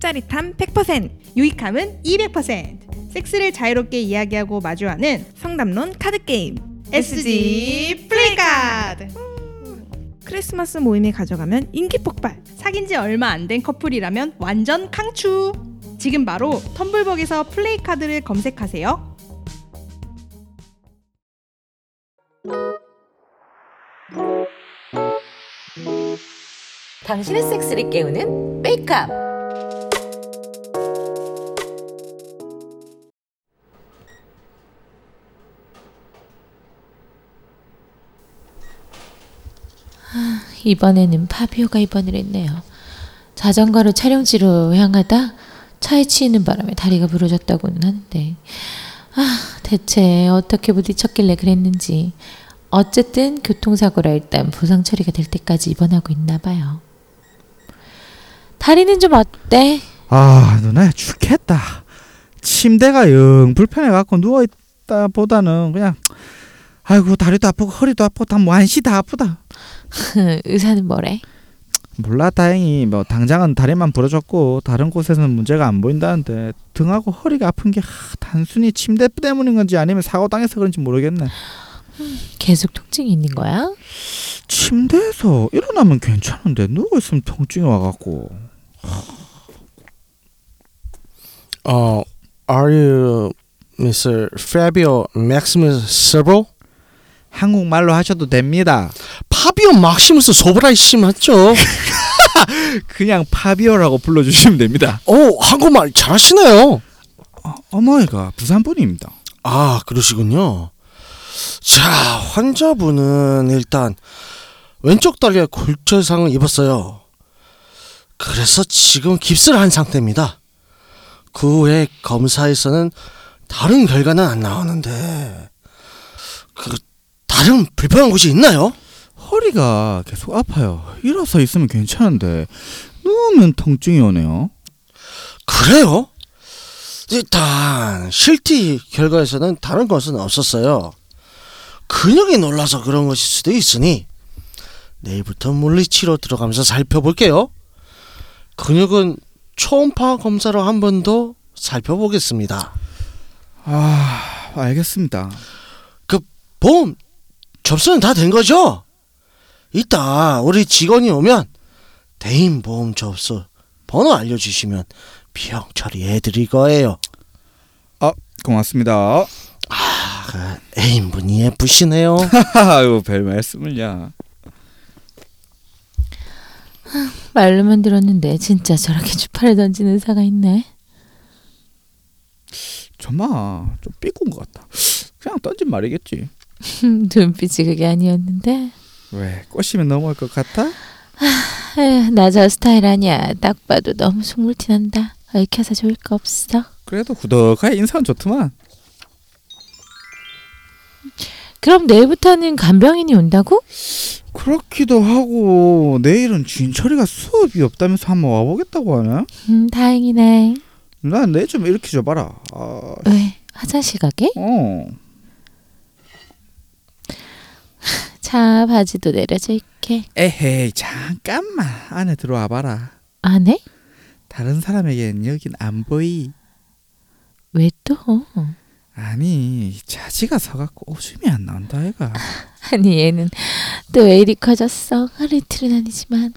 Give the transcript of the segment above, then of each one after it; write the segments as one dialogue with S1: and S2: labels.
S1: 짜릿함 100%,
S2: 유익함은 200%. 섹스를 자유롭게 이야기하고 마주하는
S1: 상담론 카드게임,
S2: SG 플레이카드.
S1: 크리스마스 모임에 가져가면 인기 폭발,
S2: 사귄 지 얼마 안 된 커플이라면 완전 강추. 지금 바로 텀블벅에서 플레이카드를 검색하세요.
S3: 당신의 섹스를 깨우는 메이크업.
S4: 이번에는 파비오가 입원을 했네요. 자전거로 촬영지로 향하다 차에 치이는 바람에 다리가 부러졌다고는 하는데 아 대체 어떻게 부딪혔길래 그랬는지 어쨌든 교통사고라 일단 보상 처리가 될 때까지 입원하고 있나 봐요. 다리는 좀 어때?
S5: 아 누나 죽겠다 침대가 영 불편해갖고 누워있다 보다는 그냥 아이고 다리도 아프고 허리도 아프고 다 완시 다 아프다
S4: 의사는 뭐래?
S5: 몰라 다행히 뭐 당장은 다리만 부러졌고 다른 곳에서는 문제가 안 보인다는데 등하고 허리가 아픈 게 하, 단순히 침대 때문인 건지 아니면 사고 당해서 그런지 모르겠네
S4: 계속 통증이 있는 거야?
S5: 침대에서 일어나면 괜찮은데 누워있으면 통증이 와갖고
S6: Uh, are you Mr. Fabio Maximus Servo?
S5: 한국말로 하셔도 됩니다
S6: 파비오 막시무스 소브라이시 맞죠?
S5: 그냥 파비오라고 불러주시면 됩니다
S6: 오, 한국말 잘하시네요.
S5: 어, 어머니가 부산분입니다
S6: 아, 그러시군요. 자, 환자분은 일단 왼쪽 다리에 골절상을 입었어요. 그래서 지금 깁스를 한 상태입니다. 그 후에 검사에서는 다른 결과는 안 나오는데, 그, 다른 불편한 곳이 있나요?
S5: 허리가 계속 아파요. 일어서 있으면 괜찮은데 누우면 통증이 오네요.
S6: 그래요? 일단 실티 결과에서는 다른 것은 없었어요. 근육이 놀라서 그런 것일 수도 있으니 내일부터 물리치료 들어가면서 살펴볼게요. 근육은 초음파 검사로 한 번 더 살펴보겠습니다.
S5: 아, 알겠습니다.
S6: 그 보험 접수는 다 된 거죠? 이따 우리 직원이 오면 대인 보험 접수 번호 알려주시면 비용 처리해드릴 거예요.
S5: 아, 고맙습니다.
S6: 아, 애인분이 예쁘시네요.
S5: 아유, 별 말씀을요.
S4: 말로만 들었는데 진짜 저렇게 주파를 던지는 의사가 있네.
S5: 정말 좀 삐꾼 것 같다. 그냥 던진 말이겠지.
S4: 눈빛이 그게 아니었는데.
S5: 왜 꼬시면 넘어갈 것 같아?
S4: 에휴, 나 저 스타일 아니야. 딱 봐도 너무 속물티 난다. 얽혀서 좋을 거 없어.
S5: 그래도 구덕하게 인사는 좋더만.
S4: 그럼 내일부터는 간병인이 온다고?
S5: 그렇기도 하고 내일은 진철이가 수업이 없다면서 한번 와보겠다고 하네.
S4: 음, 다행이네.
S5: 난내좀 일으켜 줘봐라. 아,
S4: 왜? 화장실 가게?
S5: 어.
S4: 자, 바지도 내려져 있게.
S5: 에헤이 잠깐만 안에 들어와 봐라.
S4: 안 해?
S5: 다른 사람에겐 여긴 안 보이.
S4: 왜 또?
S5: 아니 자지가 서갖고 오줌이 안 나온다 얘가.
S4: 아니, 얘는 또 왜 이리 커졌어? 하루 이틀은 아니지만.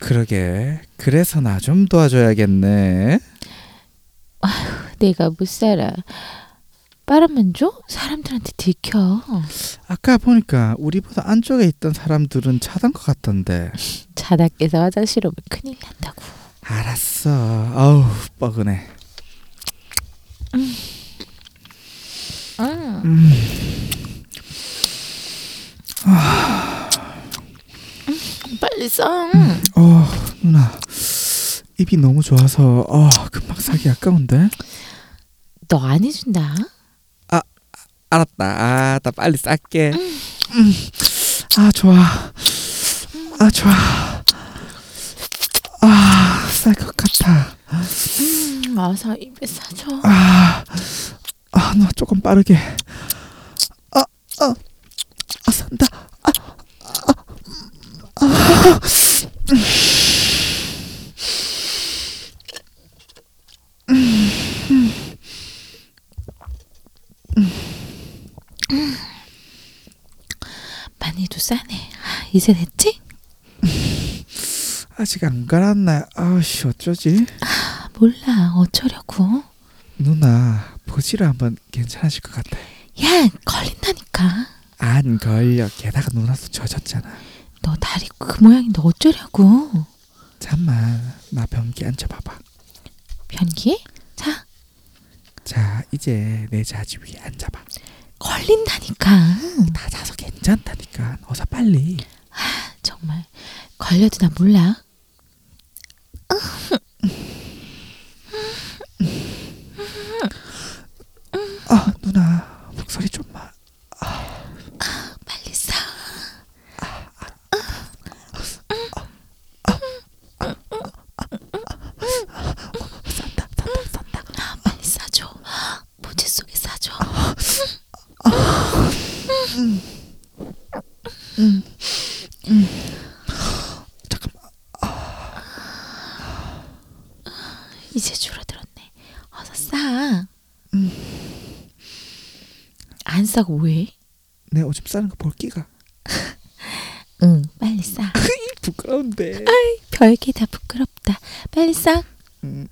S5: 그러게 그래서 나 좀 도와줘야겠네.
S4: 내가 못 살아. 바람만 줘? 사람들한테 들켜.
S5: 아까 보니까 우리보다 안쪽에 있던 사람들은 차단 것 같던데.
S4: 자다 깨서 화장실 오면 큰일 난다고.
S5: 알았어. 아우 뻐근해.
S4: 응. 빨리 써.
S5: 어 누나 입이 너무 좋아서 어 금방 사기 아까운데.
S4: 너 안 해준다.
S5: 알았다. 아, 나 빨리 쌀게. 음. 아, 좋아. 아, 좋아. 아, 쌀 것 같아.
S4: 음, 와서 입에 싸줘.
S5: 아, 아, 너 조금 빠르게. 아, 아, 아, 산다.
S4: 싸네. 아, 이제 됐지?
S5: 아직 안 갈았나요? 아씨 어쩌지?
S4: 아, 몰라. 어쩌려고?
S5: 누나 보지를 한번 괜찮아실 것 같아.
S4: 야, 걸린다니까.
S5: 안 걸려. 게다가 누나도 젖었잖아.
S4: 너 다리 그 모양인데 어쩌려고?
S5: 잠만 나 변기 앉혀봐봐.
S4: 변기? 자,
S5: 자 이제 내 자지 위에 앉아봐.
S4: 걸린다니까.
S5: 다 자서 괜찮다니까. 어서 빨리.
S4: 정말 걸려도 나 몰라.
S5: 아 누나 목소리 좀만.
S4: 빨리 싸.
S5: 싼다 싼다 싼다.
S4: 아, 빨리 싸줘. 모지 속에 싸줘.
S5: 잠깐만.
S4: 이제 줄어들었네. 어서 싸. 안 싸고 왜?
S5: 내 오줌 싸는 거 볼 끼가.
S4: 응, 빨리 싸.
S5: 부끄러운데.
S4: 별게 다 부끄럽다. 빨리 싸.
S5: 음.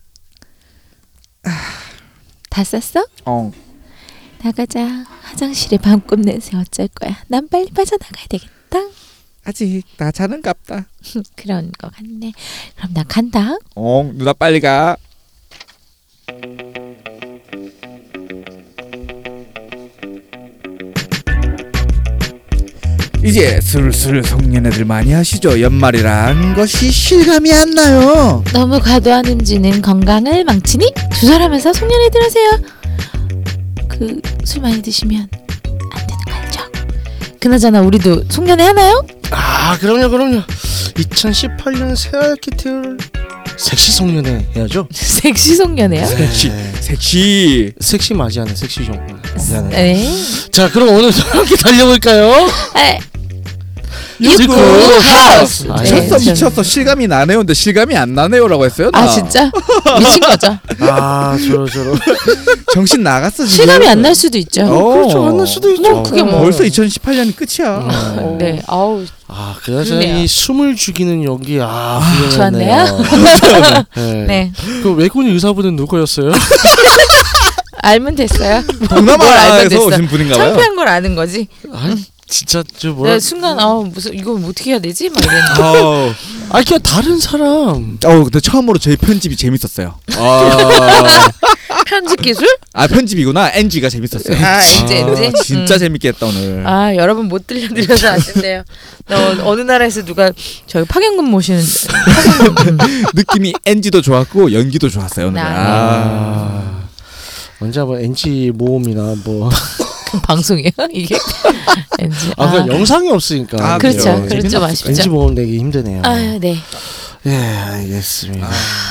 S4: 다 쌌어?
S5: 어.
S4: 나가자. 화장실에 밤꿈 냄새 어쩔 거야. 난 빨리 빠져나가야 되겠다.
S5: 아직 나 자는 갑다.
S4: 그런 거 같네. 그럼 나 간다.
S5: 어 누나 빨리 가. 이제 슬슬 성년애들 많이 하시죠. 연말이란 것이 실감이 안 나요.
S4: 너무 과도한 음주는 건강을 망치니 주설하면서 송년회 들으세요. 그 술 많이 드시면 안 되는 거 알죠? 그나저나 우리도 송년회 하나요?
S6: 아 그럼요 그럼요 2018년 새하얗게 태울 섹시 송년회 해야죠
S4: 섹시 송년회요?
S5: 섹시.
S6: 네.
S5: 섹시.
S6: 섹시 맞이하는 섹시 종 미안해
S4: 네.
S6: 자 그럼 오늘도 함께 달려볼까요?
S4: 아,
S6: 유쿠 하우스 아,
S4: 네.
S5: 미쳤어
S4: 전-
S5: 미쳤어 실감이 나네요 근데 실감이 안 나네요라고 했어요 나.
S4: 아 진짜 미친 거죠?
S6: 아 저러 저러
S5: 정신 나갔어 지금
S4: 실감이 안 날 수도 있죠.
S5: 어.
S6: 그렇죠 안날 수도 있죠
S4: 뭐, 그게 뭐.
S5: 벌써 2018년이 끝이야
S6: 어.
S4: 네. 아우
S6: 아 그래서
S4: 좋네요.
S6: 이 숨을 죽이는 연기 아
S4: 좋았네요.
S6: 훌륭했네요 네. 아,
S4: 네.
S6: 그 외국인 의사분은 누구였어요?
S4: 알면 됐어요. 뭘 알면
S5: 동남아에서
S4: 됐어.
S5: 오신 분인가 봐요
S4: 창피한 걸 아는 거지.
S6: 아 진짜 저
S4: 내가
S6: 뭐야
S4: 순간 아 무슨 이거 어떻게 해야 되지? 막 이랬는데.
S5: 어우
S6: 아 그냥 다른 사람
S5: 어, 근데 처음으로 저희 편집이 재밌었어요 아,
S4: 편집 기술?
S5: 아 편집이구나 NG가 재밌었어요
S4: 아, NG, NG?
S5: 아, 진짜
S4: 음.
S5: 재밌게 했다 오늘
S4: 아 여러분 못 들려드려서 아쉽네요. 어, 어느 나라에서 누가 저희 파견금 모시는
S5: 느낌이 NG도 좋았고 연기도 좋았어요 오늘 아,
S6: 아 언제 한번 NG 모험이나 뭐
S4: 방송이에요 이게? 왠지
S6: 아, 그 영상이 없으니까.
S4: 네.
S5: 아,
S4: 그렇죠
S5: 그래요.
S4: 그렇죠
S5: 재밌었을
S6: 왠지
S4: 아쉽죠.
S6: 보험 내기 힘드네요.
S4: 아네
S6: 예, 알겠습니다.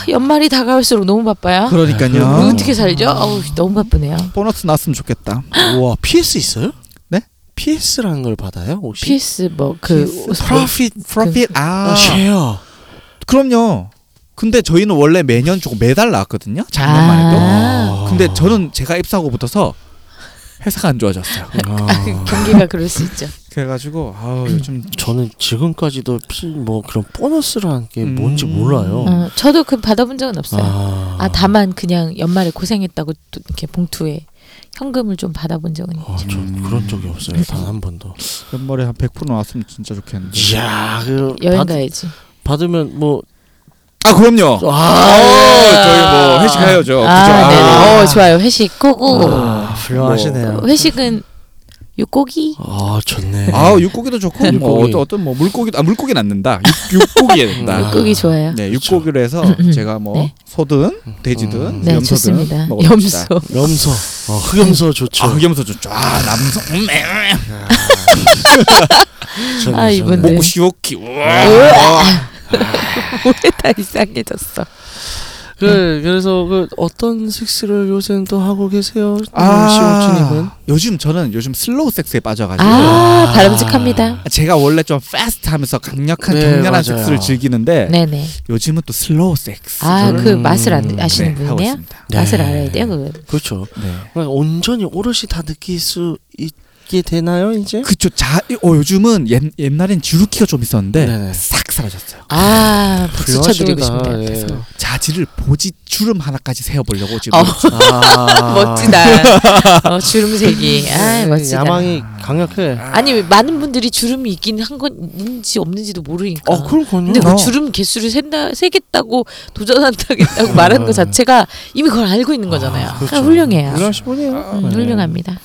S4: 연말이 다가올수록 너무 바빠요.
S5: 그러니까요
S4: 우리 어떻게 살죠? 어우 너무 바쁘네요.
S5: 아. 음. 보너스 났으면 좋겠다
S6: 우와, PS 있어요?
S5: 네?
S6: PS라는 걸 받아요? 혹시?
S4: PS 뭐그
S5: PS
S6: 프로핏
S5: 프로핏 아
S6: 아, 쉐어.
S5: 그럼요 근데 저희는 원래 매년 조금 매달 나왔거든요 작년만 해도
S4: 아.
S5: 근데 저는 제가 입사하고부터서 회사가 안 좋아졌어요.
S4: 네.
S6: 아,
S4: 경기가 그럴 수 있죠.
S5: 그래가지고 아 요즘
S6: 저는 지금까지도 피- 뭐 그런 보너스라는 게
S5: 음.
S6: 뭔지 몰라요.
S4: 어, 저도 그 받아본 적은 없어요.
S6: 아,
S4: 아 다만 그냥 연말에 고생했다고 또 이렇게 봉투에 현금을 좀 받아본 적은
S6: 아,
S4: 있죠.
S6: 저 그런 적이 없어요. 단 한 번도.
S5: 연말에 한 100% 나왔으면 진짜 좋겠는데.
S6: 이야, 그
S4: 네. 여행
S6: 받,
S4: 가야지.
S6: 받으면 뭐
S5: 아 그럼요. 아, 저희 뭐 회식해야죠. 그죠?
S4: 아, 네.
S5: 아.
S4: 어, 좋아요. 회식 고고.
S6: 아, 훌륭하시네요.
S4: 회식은 육고기.
S6: 아, 좋네.
S5: 아 육고기도 좋고 뭐
S6: 육고기.
S5: 어떤, 어떤 뭐 물고기 아 물고기 낳는다. 육, 육고기에 된다.
S6: 아.
S4: 육고기 음, 좋아요.
S5: 네
S6: 그렇죠.
S5: 육고기로 해서 제가 뭐
S4: 네.
S5: 소든 돼지든
S6: 음.
S4: 네,
S5: 염소든
S4: 좋습니다.
S5: 먹어봅시다.
S4: 염소.
S6: 염소. 어, 흑염소 좋죠.
S5: 아 흑염소 좋죠. 아 남성 음, 에,
S6: 저는-
S4: 아, 이분.
S6: 저는-
S4: 네.
S5: 목시오키. 우와.
S4: 왜다 이상해졌어?
S6: 그 그래서 그 어떤 섹스를 요새는 또 하고 계세요? 시오치님은
S5: 아 요즘 저는 요즘 슬로우 섹스에 빠져가지고.
S4: 아, 바람직합니다.
S5: 제가 원래 좀 패스트하면서 강력한
S6: 네,
S5: 정렬한
S6: 맞아요.
S5: 섹스를 즐기는데
S4: 네네.
S5: 요즘은 또 슬로우 섹스 네,
S4: 아,
S6: 저는-
S4: 그 맛을 안, 아시는
S5: 하고
S4: 분이네요?
S5: 있습니다.
S6: 네.
S4: 맛을 알아야 돼요, 그건.
S6: 그렇죠.
S5: 네.
S6: 그냥 온전히 오롯이 다 느낄 수 있게 되나요 이제?
S5: 그쵸. 자, 어, 요즘은 옛, 옛날엔 주루키가 좀 있었는데
S6: 네네.
S5: 싹 사라졌어요.
S4: 아, 박수 쳐드리고
S6: 훌륭하십니다.
S4: 싶네요.
S6: 예.
S4: 그래서.
S5: 자지를 보지 주름 하나까지 세어보려고 지금.
S4: 어.
S6: 아.
S4: 멋지다. 어, 주름색이. 아,
S6: 네,
S4: 멋지다.
S6: 야망이 강력해.
S4: 아니 많은 분들이 주름이 있긴 한 건지 없는지도 모르니까.
S6: 어, 그렇군요.
S4: 근데 그
S5: 어.
S4: 주름 개수를 센다, 세겠다고 도전한다겠다고 말하는 것 자체가 이미 그걸 알고 있는 거잖아요.
S6: 음. 아,
S4: 아,
S6: 그렇죠.
S4: 훌륭해요.
S6: 훌륭하신 분이에요.
S4: 음,
S6: 네.
S4: 훌륭합니다.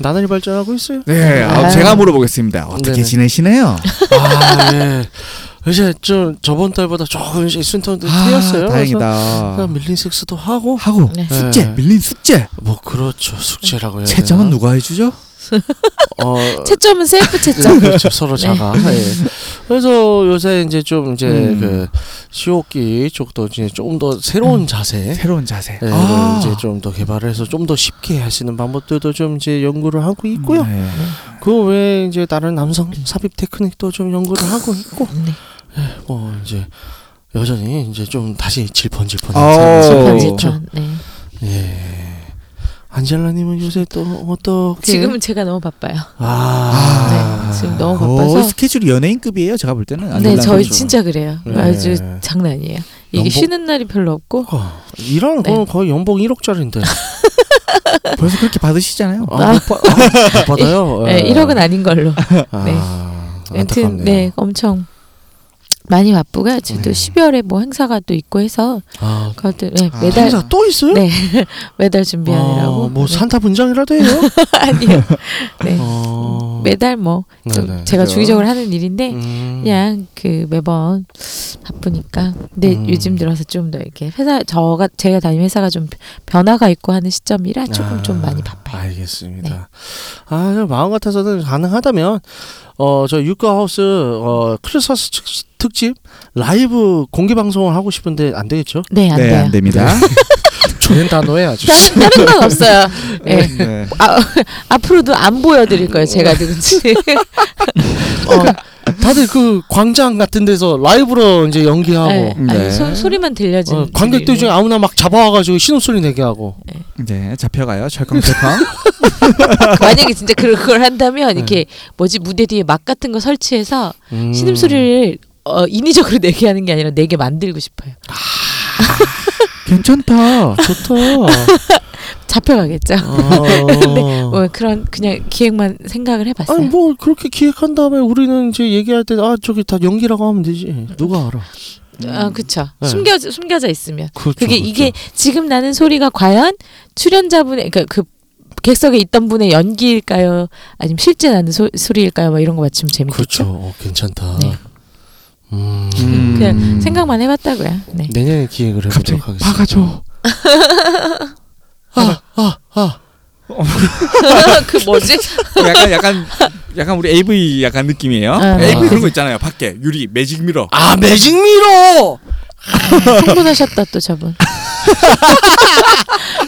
S6: 나날이 발전하고 있어요.
S5: 아. 네, 아,
S4: 아.
S5: 제가 물어보겠습니다. 어떻게
S6: 네네.
S5: 지내시나요?
S6: 아, 네. 이제 좀 저번 달보다 조금씩 순턴도 뛰었어요.
S5: 아, 다행이다.
S6: 네. 그래서 밀린 섹스도 하고
S5: 하고
S4: 네.
S5: 숙제
S6: 네.
S5: 밀린 숙제
S6: 뭐 그렇죠 숙제라고 해야
S5: 채점은
S6: 되나?
S5: 누가 해주죠?
S6: 어,
S4: 채점은 셀프 채점. 어.
S6: 네, 그렇죠. 서로 자가. 예. 그래서 요새 이제 좀 이제
S5: 음.
S6: 그 시옷기 쪽도 이제 조금 더 새로운 자세.
S5: 새로운 자세. 아.
S6: 예,
S5: 네,
S6: 이제 좀 더 개발을 해서 좀 더 쉽게 하시는 방법들도 좀 이제 연구를 하고 있고요.
S5: 네.
S6: 그 외에 이제 다른 남성 삽입 테크닉도 좀 연구를 하고 있고,
S4: 네.
S6: 뭐 이제 여전히 이제 좀 다시 어. 질펀질펀한
S5: 아오.
S6: 삶을 살고 있죠.
S4: 실패했죠. 네.
S6: 예. 안젤라님은 요새 또 어떻게?
S4: 지금은 제가 너무 바빠요.
S6: 그 아,
S4: 네, 지금 너무
S5: 어,
S4: 바빠서.
S5: 스케줄이 연예인급이에요. 제가 볼 때는.
S4: 네,
S5: 아니면
S4: 저희
S5: 그렇죠.
S4: 진짜 그래요.
S6: 네.
S4: 아주 장난이에요. 이게
S5: 연봉-
S4: 쉬는 날이 별로 없고.
S6: 어, 일하는
S4: 네.
S6: 건 거의 연봉 1억짜리인데
S5: 벌써 그렇게 받으시잖아요.
S4: 어,
S6: 아, 못, 받, 아, 못 받아요.
S4: 네,
S6: 예.
S4: 1억은 아닌 걸로.
S6: 아,
S4: 아무튼
S6: 안타깝네요.
S4: 네, 엄청 많이 바쁘고 지금 또
S6: 네.
S4: 12월에 뭐 행사가 또 있고 해서
S6: 아,
S4: 그것도 네,
S5: 아,
S4: 매달
S6: 행사 또 있어요?
S4: 네. 매달 준비하느라고.
S6: 아, 뭐
S4: 네.
S6: 산타 분장이라도 해요?
S4: 아니요. 네.
S6: 어.
S4: 매달 뭐 좀
S6: 네네.
S4: 제가
S6: 그죠?
S4: 주기적으로 하는 일인데
S6: 음.
S4: 그냥 그 매번 바쁘니까. 근데
S6: 음.
S4: 요즘 들어서 좀 더 이렇게 회사 저가 제가 다니는 회사가 좀 변화가 있고 하는 시점이라 조금
S6: 아,
S4: 좀 많이 바빠요. 네.
S6: 알겠습니다. 아, 저 마음 같아서는 가능하다면 어, 저 유가하우스 어, 크리스마스 특- 특집 라이브 공개 방송을 하고 싶은데 안 되겠죠?
S4: 네, 안
S5: 네,
S4: 돼요.
S5: 안 됩니다.
S6: 좋은 단어에 아주.
S4: 다- 다른 건 없어요. 네.
S5: 네.
S4: 아, 앞으로도 안 보여드릴 거예요. 제가 누군지. 어.
S6: 다들 그 광장 같은 데서 라이브로 이제 연기하고
S4: 네.
S5: 네.
S4: 아니, 소, 소리만 들려지는
S6: 뭐, 음, 어, 관객들 중에 아무나 막 잡아와가지고 신음소리 내게 하고
S5: 네, 잡혀가요. 철컹철컹.
S4: 만약에 진짜 그- 그걸 한다면
S6: 네.
S4: 이렇게 뭐지 무대 뒤에 막 같은 거 설치해서
S6: 음.
S4: 신음소리를 어, 인위적으로 내게 하는 게 아니라 내게 만들고 싶어요.
S5: 괜찮다.
S6: 좋다.
S4: 잡혀가겠죠.
S6: 어.
S4: 뭐 그런 그냥 기획만 생각을 해봤어요.
S6: 아니 뭐 그렇게 기획한 다음에 우리는 이제 얘기할 때 아 저기 다 연기라고 하면 되지 누가 알아?
S4: 아, 그쵸.
S6: 네.
S4: 숨겨 숨겨져 있으면
S6: 그렇죠,
S4: 그게 이게 지금 나는 소리가 과연 출연자분의 그러니까 그 객석에 있던 분의 연기일까요? 아니면 실제 나는 소, 소리일까요? 막 이런 거 맞추면
S6: 그렇죠.
S4: 재밌겠죠.
S6: 어, 괜찮다.
S4: 네.
S6: 음.
S5: 음.
S4: 그냥 생각만 해봤다고요. 네.
S6: 내년에 기획을 해보도록 하겠습니다.
S5: 박아줘.
S6: 아, 아, 아.
S4: 그 뭐지?
S5: 약간 약간 약간 우리 AV 약간 느낌이에요.
S4: 아, 네.
S5: AV 그런 거 있잖아요. 밖에 유리 매직 미러.
S6: 아, 매직미러!
S4: 흥분하셨다 또 저분.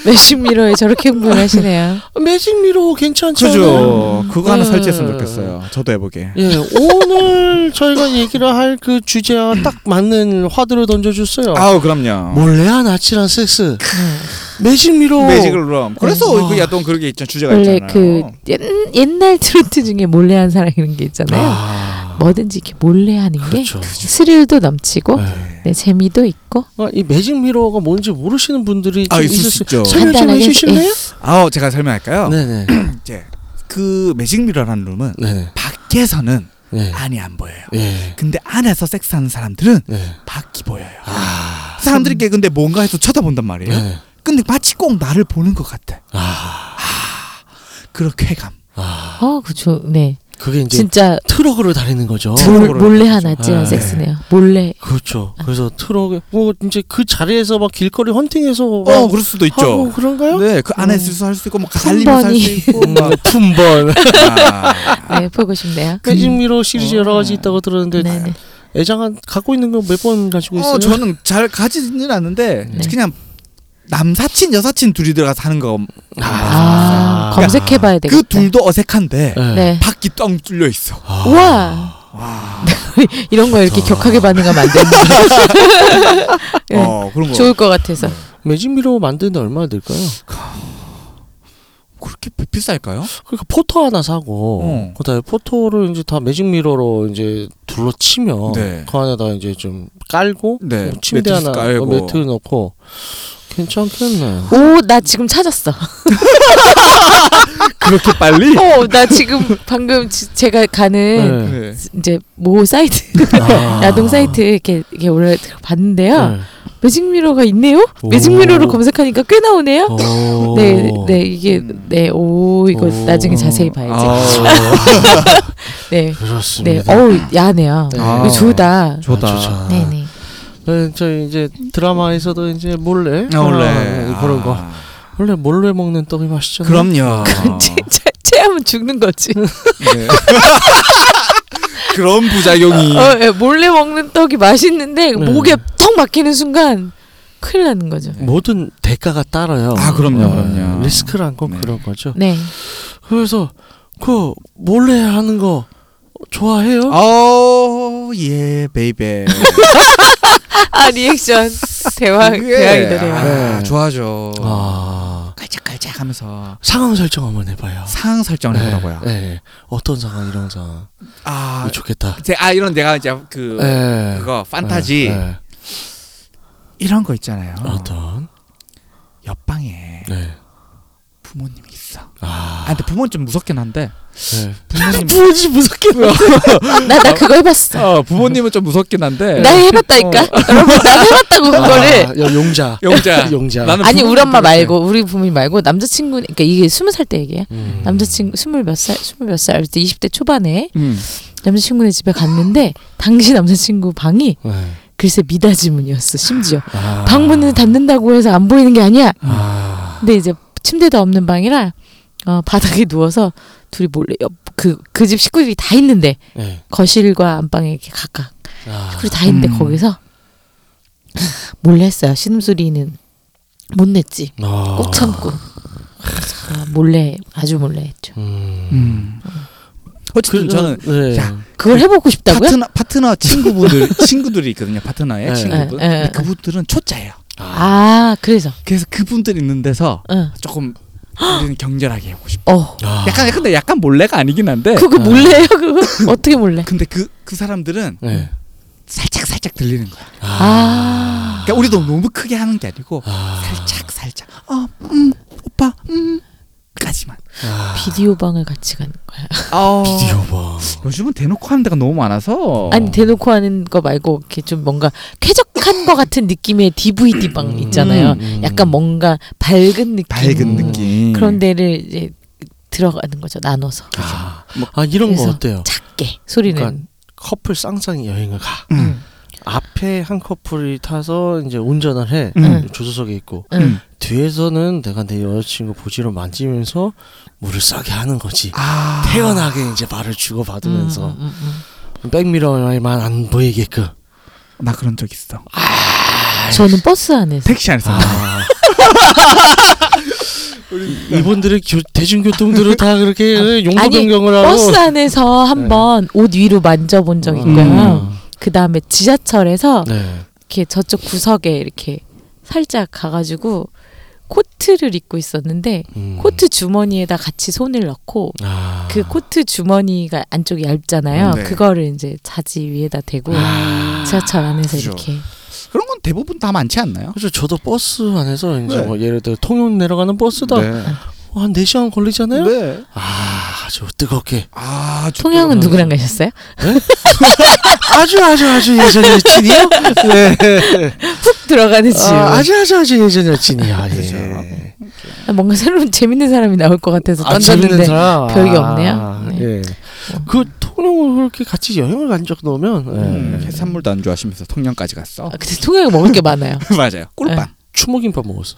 S4: 매신미러에 저렇게 흥분하시네요.
S6: 매직미러 괜찮죠?
S5: 그죠. 그거 하나
S6: 네.
S5: 설치했으면 좋겠어요. 저도 해보게.
S6: 예, 오늘 저희가 얘기를 할 그 주제와 딱 맞는 화두를 던져줬어요.
S5: 아우 그럼요.
S6: 몰래한 아찔한 섹스.
S4: 그.
S6: 매직미러.
S5: 뭐. 매직룸. 그래서
S6: 와.
S5: 그 야동 그런 게 있잖아. 주제가
S4: 원래
S5: 있잖아요.
S4: 그 옛, 옛날 트로트 중에 몰래한 사랑 이런 게 있잖아요.
S6: 아,
S4: 뭐든지 이렇게 몰래 하는 게
S6: 그렇죠.
S4: 스릴도 넘치고
S6: 네.
S4: 네, 재미도 있고
S6: 아, 이 매직미러가 뭔지 모르시는 분들이
S5: 아,
S6: 좀
S5: 있을 수
S6: 있을 수
S5: 있죠.
S6: 설명 좀
S4: 간단하게, 예.
S6: 해주실래요?
S5: 아우 제가 설명할까요?
S6: 네네.
S5: 이제 그 매직 미러라는 룸은
S6: 네네.
S5: 밖에서는
S6: 네.
S5: 안이 안 보여요.
S6: 예.
S5: 근데 안에서 섹스하는 사람들은
S6: 네.
S5: 밖이 보여요. 그
S6: 아.
S5: 사람들이 걔 근데 뭔가 해서 쳐다본단 말이에요.
S6: 네.
S5: 근데 마치 꼭 나를 보는 것 같아.
S6: 아.
S5: 그런 쾌감.
S6: 아.
S4: 어 그죠 네
S6: 그게 이제
S4: 진짜
S6: 트럭으로 다니는 거죠.
S5: 트럭.
S4: 몰,
S5: 그거를
S4: 몰래 한
S5: 그렇죠.
S4: 아찔한
S6: 네.
S4: 섹스네요 몰래
S6: 그렇죠. 그래서 트럭에 뭐 이제 그 자리에서 막 길거리 헌팅해서 막
S5: 어, 그럴 수도
S6: 하고
S5: 있죠.
S6: 그런가요?
S5: 네, 그 안에
S6: 음.
S5: 있을 할수 있고 막 달리면서 할 수
S4: 번이.
S5: 있고 막
S6: 품번.
S5: 아,
S4: 네 보고 싶네요
S6: 매직미러 시리즈 여러
S5: 어.
S6: 가지 있다고 들었는데
S4: 음. 네네
S6: 애장한 갖고 있는 거 몇 번 가지고 있어요?
S5: 어, 저는 잘 가지는 않는데
S4: 네.
S5: 그냥 남사친 여사친 둘이 들어가서 하는 거.
S4: 아,
S6: 아.
S4: 검색해봐야 되겠다
S5: 그 둘도 어색한데
S6: 네.
S4: 네
S5: 밖이 떵 뚫려 있어.
S6: 아.
S4: 우와
S5: 와.
S4: 이런 거 이렇게
S6: 좋다.
S4: 격하게 반응하면 안
S6: 뭐.
S4: 되는데 네.
S5: 어, 그런 거.
S6: 네.
S4: 좋을 것 같아서
S6: 매직미러 만드는데 얼마나 들까요?
S7: 그렇게 비- 비쌀까요?
S6: 그러니까 포터 하나 사고
S5: 어.
S6: 그다음에 포터를 이제 다 매직 미러로 이제 둘러치면
S7: 네.
S6: 그 안에다 이제 좀 깔고
S7: 네,
S6: 뭐 침대
S7: 매트리스
S6: 하나
S7: 깔고.
S6: 어, 매트 넣고 괜찮겠네.
S4: 오 나 지금 찾았어.
S5: 그렇게 빨리?
S4: 어 나 지금 방금 지- 제가 가는
S6: 네.
S7: 네.
S4: 이제 모 사이트
S6: 아.
S4: 야동 사이트 이렇게 이렇게 올라 봤는데요.
S6: 네.
S4: 매직 미러가 있네요.
S6: 오.
S4: 매직 미러로 검색하니까 꽤 나오네요.
S6: 오.
S4: 네, 네 이게 네 오 이거
S6: 오.
S4: 나중에 자세히 봐야지.
S5: 아.
S7: 아,
S4: 네, 네,
S6: 어, 그렇습니다.
S4: 어우 야하네요.
S6: 네.
S5: 아.
S4: 이거 좋다.
S5: 좋다.
S6: 아, 좋죠.
S4: 네, 네.
S6: 네, 저 이제 드라마에서도 이제 몰래
S7: 아, 원래
S6: 아, 그런 거
S7: 아,
S6: 원래 몰래 먹는 떡이 맛있잖아요.
S7: 그럼요.
S4: 진짜 체하면 죽는 거지.
S7: 네. 그런 부작용이
S4: 어, 예, 몰래 먹는 떡이 맛있는데
S6: 네.
S4: 목에 턱 막히는 순간 큰일 나는 거죠.
S6: 모든 대가가 따라요.
S7: 아, 그럼요,
S6: 어,
S7: 그럼요.
S6: 리스크란 건
S7: 네.
S6: 그런 거죠.
S4: 네.
S6: 그래서 그 몰래 하는 거 좋아해요?
S7: 오, 예, 베이베.
S4: 아 리액션 대왕 대왕이더래요.
S7: 아,
S6: 네.
S7: 좋아하죠.
S6: 아
S7: 깔짝깔짝 하면서
S6: 상황 설정 한번 해봐요.
S7: 상황 설정을 해보라고요.
S6: 네, 네. 어떤 상황 이런 상황
S7: 아,
S6: 이거 좋겠다.
S7: 제, 아, 이런 내가 이제 그,
S6: 네.
S7: 그거, 판타지.
S6: 네, 네.
S7: 이런 거 있잖아요.
S6: 어떤?
S7: 옆방에
S6: 네.
S7: 부모님이 있어. 아,
S6: 아,
S7: 근데 부모는 좀 무섭긴 한데.
S6: 네.
S7: 부모님.
S6: 뭐지 무섭게
S4: 나 나 그거 해봤어.
S5: 어, 네. 부모님은 좀 무섭긴 한데.
S4: 나 해봤다니까. 여러분 나 해봤다고 그거를.
S6: 아, 여- 용자.
S7: 용자.
S6: 용자.
S7: 나는
S4: 아니 우리 엄마
S7: 부모님한테
S4: 말고 우리 부모님 말고 남자친구 그러니까 이게 스무 살 때 얘기야.
S6: 음.
S4: 남자친구 스물 몇 살, 스물 몇 살, 그때 20대 초반에
S5: 음.
S4: 남자친구네 집에 갔는데 당시 남자친구 방이
S6: 네.
S4: 글쎄 미닫이문이었어 심지어
S6: 아.
S4: 방문을 닫는다고 해서 안 보이는 게 아니야.
S6: 아.
S4: 근데 이제 침대도 없는 방이라 어, 바닥에 누워서 둘이 몰래 그그 집 식구들이 다 있는데
S6: 네.
S4: 거실과 안방에 이렇게 각각
S6: 아.
S4: 식구들이 다 있는데
S5: 음.
S4: 거기서 몰래 했어요. 신음소리는 못 냈지.
S6: 아.
S4: 꼭 참고 그래서 몰래 아주 몰래 했죠.
S6: 음.
S5: 음.
S7: 어쨌든 저는
S6: 네.
S7: 야,
S4: 그걸 해보고 싶다고요?
S5: 파트너
S7: 파트너 친구분들 친구들이 있거든요. 파트너의
S6: 네.
S7: 친구분.
S4: 네, 네,
S7: 근데
S4: 네.
S7: 그분들은 초짜예요.
S4: 아 그래서
S7: 그래서 그분들 있는 데서
S4: 응.
S7: 조금 우리는 경절하게 해보고 싶어.
S4: 어
S6: 아.
S5: 약간 근데 약간 몰래가 아니긴
S6: 네.
S5: 한데.
S4: 그거 몰래요 그거 어떻게 몰래?
S7: 근데 그 그 사람들은
S6: 네.
S7: 살짝 살짝 들리는 거야.
S4: 아
S7: 그러니까 우리도 너무 크게 하는 게 아니고
S6: 아.
S7: 살짝 살짝. 어, 음, 오빠, 음. 까지만.
S6: 아.
S4: 비디오 방을 같이 가는 거야.
S5: 어.
S6: 비디오 봐.
S5: 요즘은 대놓고 하는 데가 너무
S6: 어.
S5: 많아서.
S4: 아니 대놓고 하는 거 말고 이렇게 좀 뭔가 쾌적한 거 같은 느낌의 DVD 방 있잖아요.
S6: 음, 음.
S4: 약간 뭔가 밝은 느낌.
S5: 밝은 느낌.
S4: 그런 데를 이제 들어가는 거죠 나눠서
S6: 아,
S7: 뭐
S6: 아 이런 거
S4: 그래서
S6: 어때요?
S4: 작게 소리는
S6: 그러니까 커플 쌍쌍이 여행을 가.
S4: 음.
S6: 앞에 한 커플이 타서 이제 운전을 해.
S4: 음.
S6: 조수석에 있고
S4: 응.
S5: 음.
S6: 뒤에서는 내가 내 여자친구 보지로 만지면서 물을 싸게 하는 거지.
S7: 아.
S6: 태연하게 이제 말을 주고
S4: 음,
S6: 받으면서
S4: 음, 음, 음.
S6: 백미러에만 안 보이게끔. 그.
S5: 나 그런 적 있어. 아,
S4: 저는 버스 안에서
S5: 택시 안에서.
S6: 아. 이- 이분들의 교, 대중교통들을 다 그렇게 예, 용도
S4: 아니,
S6: 변경을 하고 네.
S4: 버스 안에서 한번 옷 위로 만져본 적 있고요.
S6: 음.
S4: 그 다음에 지하철에서
S6: 네.
S4: 이렇게 저쪽 구석에 이렇게 살짝 가가지고 코트를 입고 있었는데
S6: 음.
S4: 코트 주머니에다 같이 손을 넣고
S6: 아.
S4: 그 코트 주머니가 안쪽이 얇잖아요.
S7: 네.
S4: 그거를 이제 자지 위에다 대고 지하철 안에서
S7: 그죠.
S4: 이렇게
S5: 그런 건 대부분 다 많지 않나요?
S6: 그래서 저도 버스 안에서 이제
S5: 네.
S6: 뭐 예를 들어 통영 내려가는 버스다 어, 한 4시간 걸리잖아요.
S5: 네.
S6: 아, 아주 뜨겁게.
S7: 아,
S4: 통영은 누구랑 가셨어요?
S6: 아주 아주 아주 예전 여친이요? 네.
S4: 푹 들어가는 지
S6: 아, 아주 아주 아주 예전 여친이야. 예.
S5: 그죠.
S4: 아, 뭔가 새로운 재밌는 사람이 나올 것 같아서
S6: 아, 재밌는
S4: 던졌는데
S6: 사람.
S4: 별게
S6: 아,
S4: 없네요. 네.
S6: 예. 그 통영을 그렇게 같이 여행을 간 적도 오면 예.
S5: 음, 해산물도 안 좋아하시면서 통영까지 갔어.
S4: 아, 근데 통영에 먹을 게 많아요. 네.
S5: 맞아요. 꿀빵.
S6: 추모김밥 먹었어.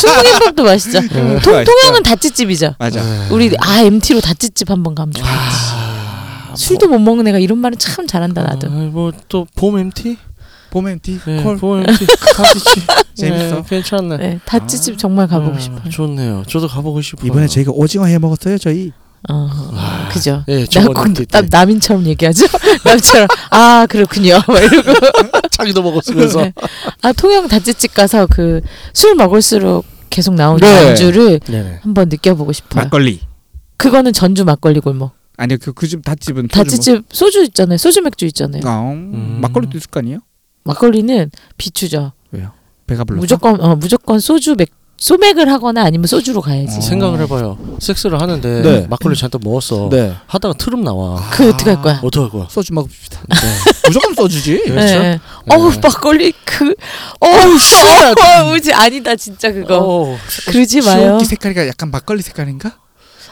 S4: 충무김밥도 맛있죠.
S5: 음,
S4: 통,
S5: 맛있죠.
S4: 통영은 다찌집이죠.
S5: 맞아.
S4: 우리 아 MT로 다찌집 한번 가면 좋겠지. 술도 못 먹는 애가 이런 말은 참
S6: 어.
S4: 잘한다 나도.
S6: 아, 뭐또 봄 MT?
S5: 봄 MT
S6: 네,
S5: 콜.
S6: 봄 MT 카티치. 네,
S5: 재밌어.
S6: 괜찮네.
S4: 네, 다찌집 정말 가보고
S6: 아,
S4: 싶어요.
S6: 좋네요. 저도 가보고 싶어요.
S5: 이번에 저희가 오징어 해 먹었어요, 저희.
S4: 어, 그죠.
S6: 예, 저번 MT 때
S4: 나남 남인처럼 얘기하죠. 남처럼 아 그렇군요. 막 이러고
S6: 자기도 먹었으면서
S4: 네. 아 통영 다찌집 가서 그 술 먹을수록 계속 나오는
S5: 네.
S4: 전주를
S6: 네네.
S4: 한번 느껴보고 싶어요.
S5: 막걸리.
S4: 그거는 전주 막걸리 골목.
S5: 아니요 그그집 닷집은 소주
S4: 다치집 소주 있잖아요. 소주 맥주 있잖아요.
S5: 먹- 아, 어,
S6: 음.
S5: 막걸리도 있을 거 아니에요?
S4: 막걸리는 비추죠.
S5: 배가 불러.
S4: 무조건 어, 무조건 소주 맥 소맥을 하거나 아니면 소주로 가야지.
S5: 어.
S6: 음. 생각을 해봐요. 섹스를 하는데
S5: 네.
S6: 막걸리 잔뜩 먹었어.
S5: 네.
S6: 하다가 트름 나와.
S4: 그 어떻게 할 거야?
S6: 어떡할 거야?
S5: 소주 먹읍시다.
S6: 네.
S5: 무조건 소주지.
S6: 그렇죠?
S4: 예. 어우
S6: 네.
S4: 막걸리 그 어우 씨. 어우 우지 아니다 진짜 그거.
S6: 어,
S4: 그러지 마요.
S5: 시원기 색깔이가 약간 막걸리 색깔인가?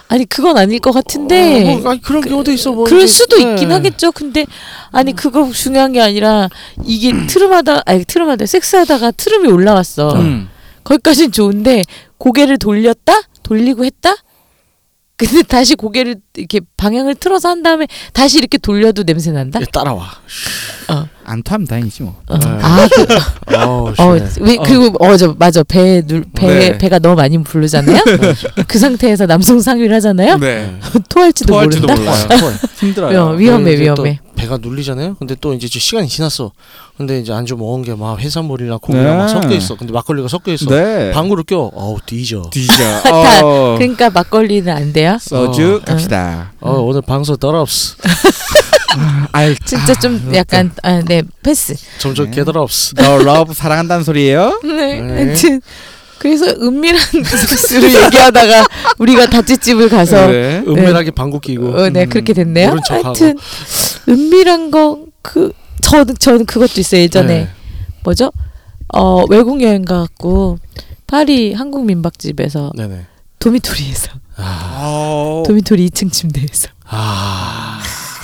S4: 아니 그건 아닐 것 같은데.
S6: 어, 뭐, 아니, 그런 경우도 있어. 뭐
S4: 네. 그럴
S6: 이제,
S4: 수도
S6: 네. 음.
S4: 있긴 하겠죠. 근데 아니 그거 중요한 게 아니라 이게 트름하다 아니 트름하다 섹스하다가 트름이 올라왔어.
S5: 음.
S4: 거기까진 좋은데 고개를 돌렸다 돌리고 했다. 근데 다시 고개를 이렇게 방향을 틀어서 한 다음에 다시 이렇게 돌려도 냄새 난다.
S6: 예, 따라와.
S5: 안 토하면 다행이지 뭐.
S4: 어.
S6: 네.
S4: 아, 그,
S6: 어우, 씨.
S4: 어, 왜, 그리고 어, 저 맞아 배, 눌, 배
S5: 네.
S4: 배가 너무 많이 부르잖아요. 그 상태에서 남성 상위를 하잖아요.
S5: 네.
S4: 토할지도,
S5: 토할지도
S4: 모른다.
S5: 몰라요. 힘들어요. 네,
S4: 어, 위험해
S6: 그리고 이제 또
S4: 위험해.
S6: 배가 눌리잖아요. 근데 또 이제 지금 시간이 지났어. 근데 이제 안주 먹은 게 막 해산물이랑 고기랑
S5: 네.
S6: 막 섞여 있어. 근데 막걸리가 섞여 있어.
S5: 네.
S6: 방구를 껴. 어우 뒤져.
S5: 뒤져.
S4: 다-
S5: 어.
S4: 그러니까 막걸리는 안 돼요.
S5: 소주 갑시다.
S6: 어 오늘 방송 더럽스.
S5: 아, 알.
S4: 진짜 좀 약간 아, 네 패스.
S6: 점점
S5: 네.
S6: 개더럽스.
S5: 너 러브 사랑한다는 소리예요?
S4: 네.
S6: 네.
S4: 하여튼 그래서 은밀한 섹스를 얘기하다가 우리가 다찌집을 가서
S5: 네.
S6: 은밀하게 방구 끼고.
S4: 어, 네
S5: 음,
S4: 그렇게 됐네요.
S6: 모른 척하고.
S4: 하여튼 은밀한 거 그 저는 저는 그것도 있어요 예전에
S6: 네.
S4: 뭐죠? 어 외국 여행 가갖고 파리 한국 민박집에서
S6: 네네.
S4: 도미토리에서
S6: 아,
S5: 어.
S4: 도미토리 2층 침대에서
S6: 아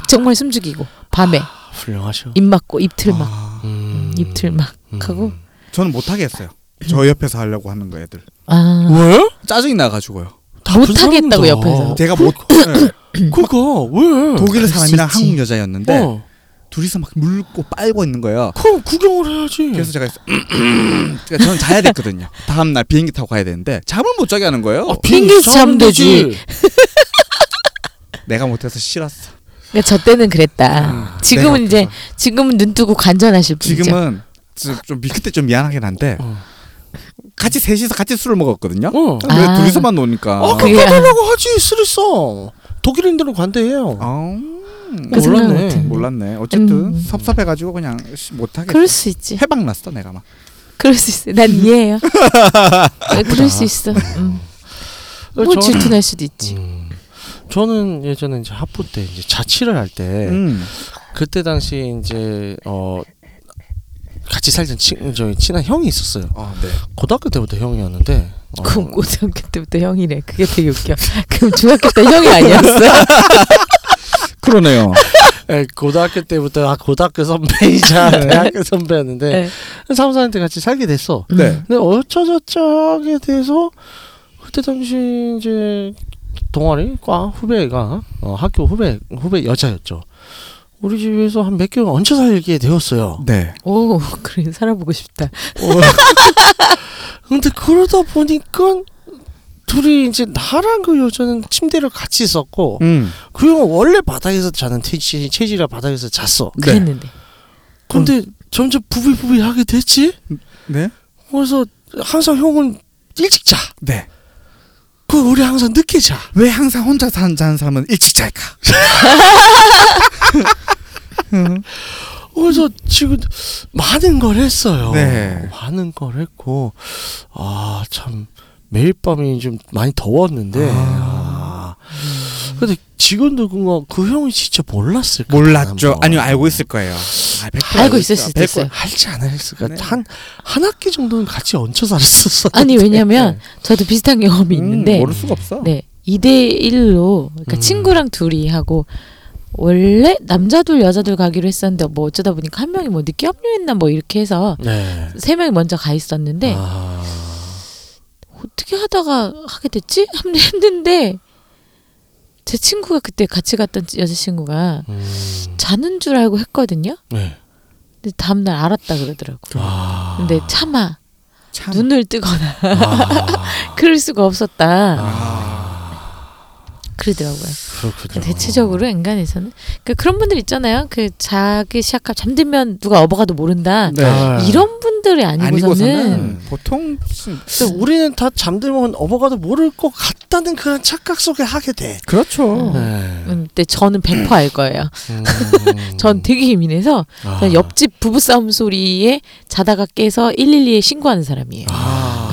S4: 정말 숨죽이고 밤에
S6: 훌륭하셔.
S4: 입 막고 입틀 막
S6: 음.
S4: 입틀 막
S6: 음.
S4: 하고
S5: 저는 못 하겠어요. 저 옆에서 하려고 하는 거 애들.
S4: 아
S6: 왜?
S5: 짜증이 나가지고요.
S6: 다
S4: 못
S6: 불편합니다.
S4: 하겠다고 옆에서.
S5: 제가 못 네.
S4: 음.
S6: 그거 왜?
S5: 독일
S4: 수
S5: 사람이랑
S4: 있지.
S5: 한국 여자였는데
S6: 어.
S5: 둘이서 막 물고 빨고 있는 거예요.
S6: 그럼 구경을 해야지.
S5: 그래서 제가 했어요. 그러니까 저는 자야 됐거든요. 다음 날 비행기 타고 가야 되는데 잠을 못 자게 하는 거예요.
S6: 아,
S4: 비행기에서
S6: 비행기에서 자면 되지.
S5: 내가 못해서 싫었어.
S4: 그러니까 저 때는
S6: 음.
S4: 그랬다.
S6: 네,
S4: 지금은 이제 지금은 눈 뜨고 관전하실 분이죠.
S5: 지금은 좀, 좀 미- 그때 좀 미안하긴 한데
S6: 어.
S5: 같이 셋이서 같이 술을 먹었거든요.
S6: 어.
S5: 왜
S4: 아.
S5: 둘이서만 노니까?
S6: 아,
S4: 그게-
S6: 그거라고 하지 쓰리썸. 독일인들은 관대해요.
S5: 아,
S4: 그 생각
S6: 몰랐네.
S4: 못했네.
S5: 몰랐네. 어쨌든
S4: 음.
S5: 섭섭해가지고 그냥 못 하겠어.
S4: 그럴 수 있지.
S5: 해방 났어 내가 막.
S4: 그럴 수 있어. 난 이해해요. 네, 그럴 수 있어. 음.
S6: 어,
S4: 뭐
S6: 저는-
S4: 질투날 수도 있지.
S6: 음, 저는 예전에 이제 학부 때 이제 자취를 할
S4: 네.
S6: 때
S5: 음.
S6: 그때 당시 이제 어 같이 살던 친 저희 친한 형이 있었어요.
S5: 아 네.
S6: 고등학교 때부터 형이었는데 어,
S4: 그럼 고등학교 때부터 형이래. 그게 되게 웃겨. 그럼 중학교 때 형이 아니었어?
S5: 그러네요.
S6: 예, 고등학교 때부터 아 고등학교 선배이자 대학교 선배였는데
S4: 네.
S6: 사무사한테 같이 살게 됐어.
S4: 음.
S5: 네.
S6: 근데 어쩌저쩌게 돼서 그때 당시 이제 동아리 과 후배가 어, 학교 후배 후배 여자였죠. 우리 집에서 한 몇 개월 얹혀 살게 되었어요.
S5: 네.
S4: 오, 그래 살아보고 싶다.
S6: 어. 근데 그러다 보니까 둘이 이제 나랑 그 여자는 침대를 같이 썼고
S5: 음.
S6: 그 형은 원래 바닥에서 자는 체질, 체질이라 바닥에서 잤어.
S5: 네.
S4: 그랬는데.
S6: 근데 점점 부비부비하게 됐지.
S5: 네.
S6: 그래서 항상 형은 일찍 자.
S5: 네.
S6: 그 우리 항상 늦게 자.
S5: 왜 항상 혼자 산, 자는 사람은 일찍 잘까?
S6: 그래서 지금 많은 걸 했어요.
S5: 네.
S6: 많은 걸 했고 아 참 매일 밤이 좀 많이 더웠는데 아. 근데 지금도 그거 그 형이 진짜 몰랐을 거야.
S5: 몰랐죠.
S6: 뭐.
S5: 아니요 알고 있을 거예요. 아, 100%
S4: 알고 있을 수도
S5: 백
S4: 있어요.
S6: 알지 않았을까.
S5: 네.
S6: 한한 학기 정도는 같이 얹혀 살았었어.
S4: 아니 왜냐면 저도 비슷한 경험이
S5: 음,
S4: 있는데
S5: 모를 수가 없어.
S4: 네. 2대 1로 그러니까
S6: 음.
S4: 친구랑 둘이 하고 원래 남자 둘 여자 둘 가기로 했었는데 뭐 어쩌다 보니까 한 명이 뭐 늦게 합류했나 뭐 이렇게 해서
S6: 네.
S4: 세 명이 먼저 가 있었는데
S6: 아.
S4: 어떻게 하다가 하게 됐지? 합류했는데 제 친구가 그때 같이 갔던 여자 친구가
S6: 음.
S4: 자는 줄 알고 했거든요.
S6: 네.
S4: 근데 다음 날 알았다 그러더라고.
S6: 아.
S4: 근데 참아
S5: 참.
S4: 눈을 뜨거나
S6: 아.
S4: 그럴 수가 없었다
S5: 아.
S4: 그러더라고요.
S6: 그렇군요.
S4: 대체적으로 인간에서는 그러니까 그런 분들 있잖아요. 그 자기 시작하 잠들면 누가 업어가도 모른다.
S5: 네.
S6: 아.
S4: 이런 분 팬들이 아니고서는
S5: 아니고서는 보통 진-
S6: 근데 우리는 다 잠들면 어버가도 모를 것 같다는 그런 착각 속에 하게 돼.
S5: 그렇죠.
S6: 네.
S4: 음, 근데 저는 100%알 거예요.
S6: 음.
S4: 전 되게 예민해서
S6: 아.
S4: 그냥 옆집 부부싸움 소리에 자다가 깨서 112에 신고하는 사람이에요.
S6: 아.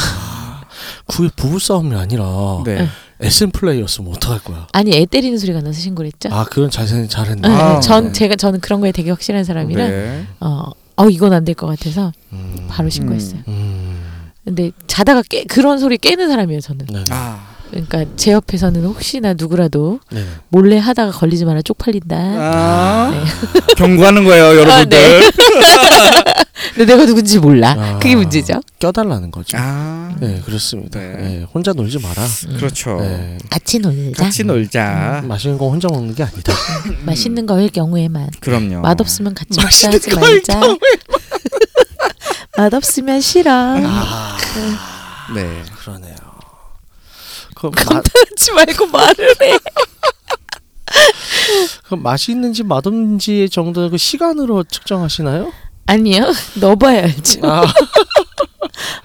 S6: 그게 부부싸움이 아니라
S4: 어.
S5: 네.
S6: SM 플레이였으면 어떡할 거야.
S4: 아니 애 때리는 소리가 나서 신고를 했죠.
S6: 아, 그건 자세히 잘했네.
S4: 응,
S5: 아,
S4: 음, 전
S5: 네.
S4: 제가 저는 그런 거에 되게 확실한 사람이라
S5: 네.
S4: 어, 어 이건 안 될 것 같아서
S6: 음.
S4: 바로 신고했어요.
S6: 음.
S4: 근데 자다가 깨, 그런 소리 깨는 사람이에요 저는.
S6: 네.
S5: 아.
S4: 그러니까 제 옆에서는 혹시나 누구라도
S6: 네.
S4: 몰래 하다가 걸리지 마라 쪽팔린다.
S5: 아.
S4: 네.
S5: 경고하는 거예요,
S4: 아,
S5: 여러분들.
S4: 근데 내가 누군지 몰라.
S6: 아.
S4: 그게 문제죠.
S6: 껴달라는 거죠.
S5: 아.
S6: 네, 그렇습니다.
S5: 네.
S6: 네, 혼자 놀지 마라.
S5: 그렇죠.
S6: 네.
S4: 같이 놀자.
S5: 같이 놀자.
S4: 음,
S6: 맛있는 거 혼자 먹는 게 아니다.
S4: 맛있는 거일 경우에만.
S5: 그럼요.
S4: 맛없으면 같이 먹자
S5: 아. 맛있는
S4: 하지
S5: 거일
S4: 말자. 맛없으면 싫어.
S6: 아,
S5: 네.
S6: 그러네요. 그 마,
S4: 감탄하지 말고 말을 해.
S6: 그 맛있는지 맛없는지의 정도 그 시간으로 측정하시나요?
S4: 아니요. 넣어봐야 알죠.
S6: 아,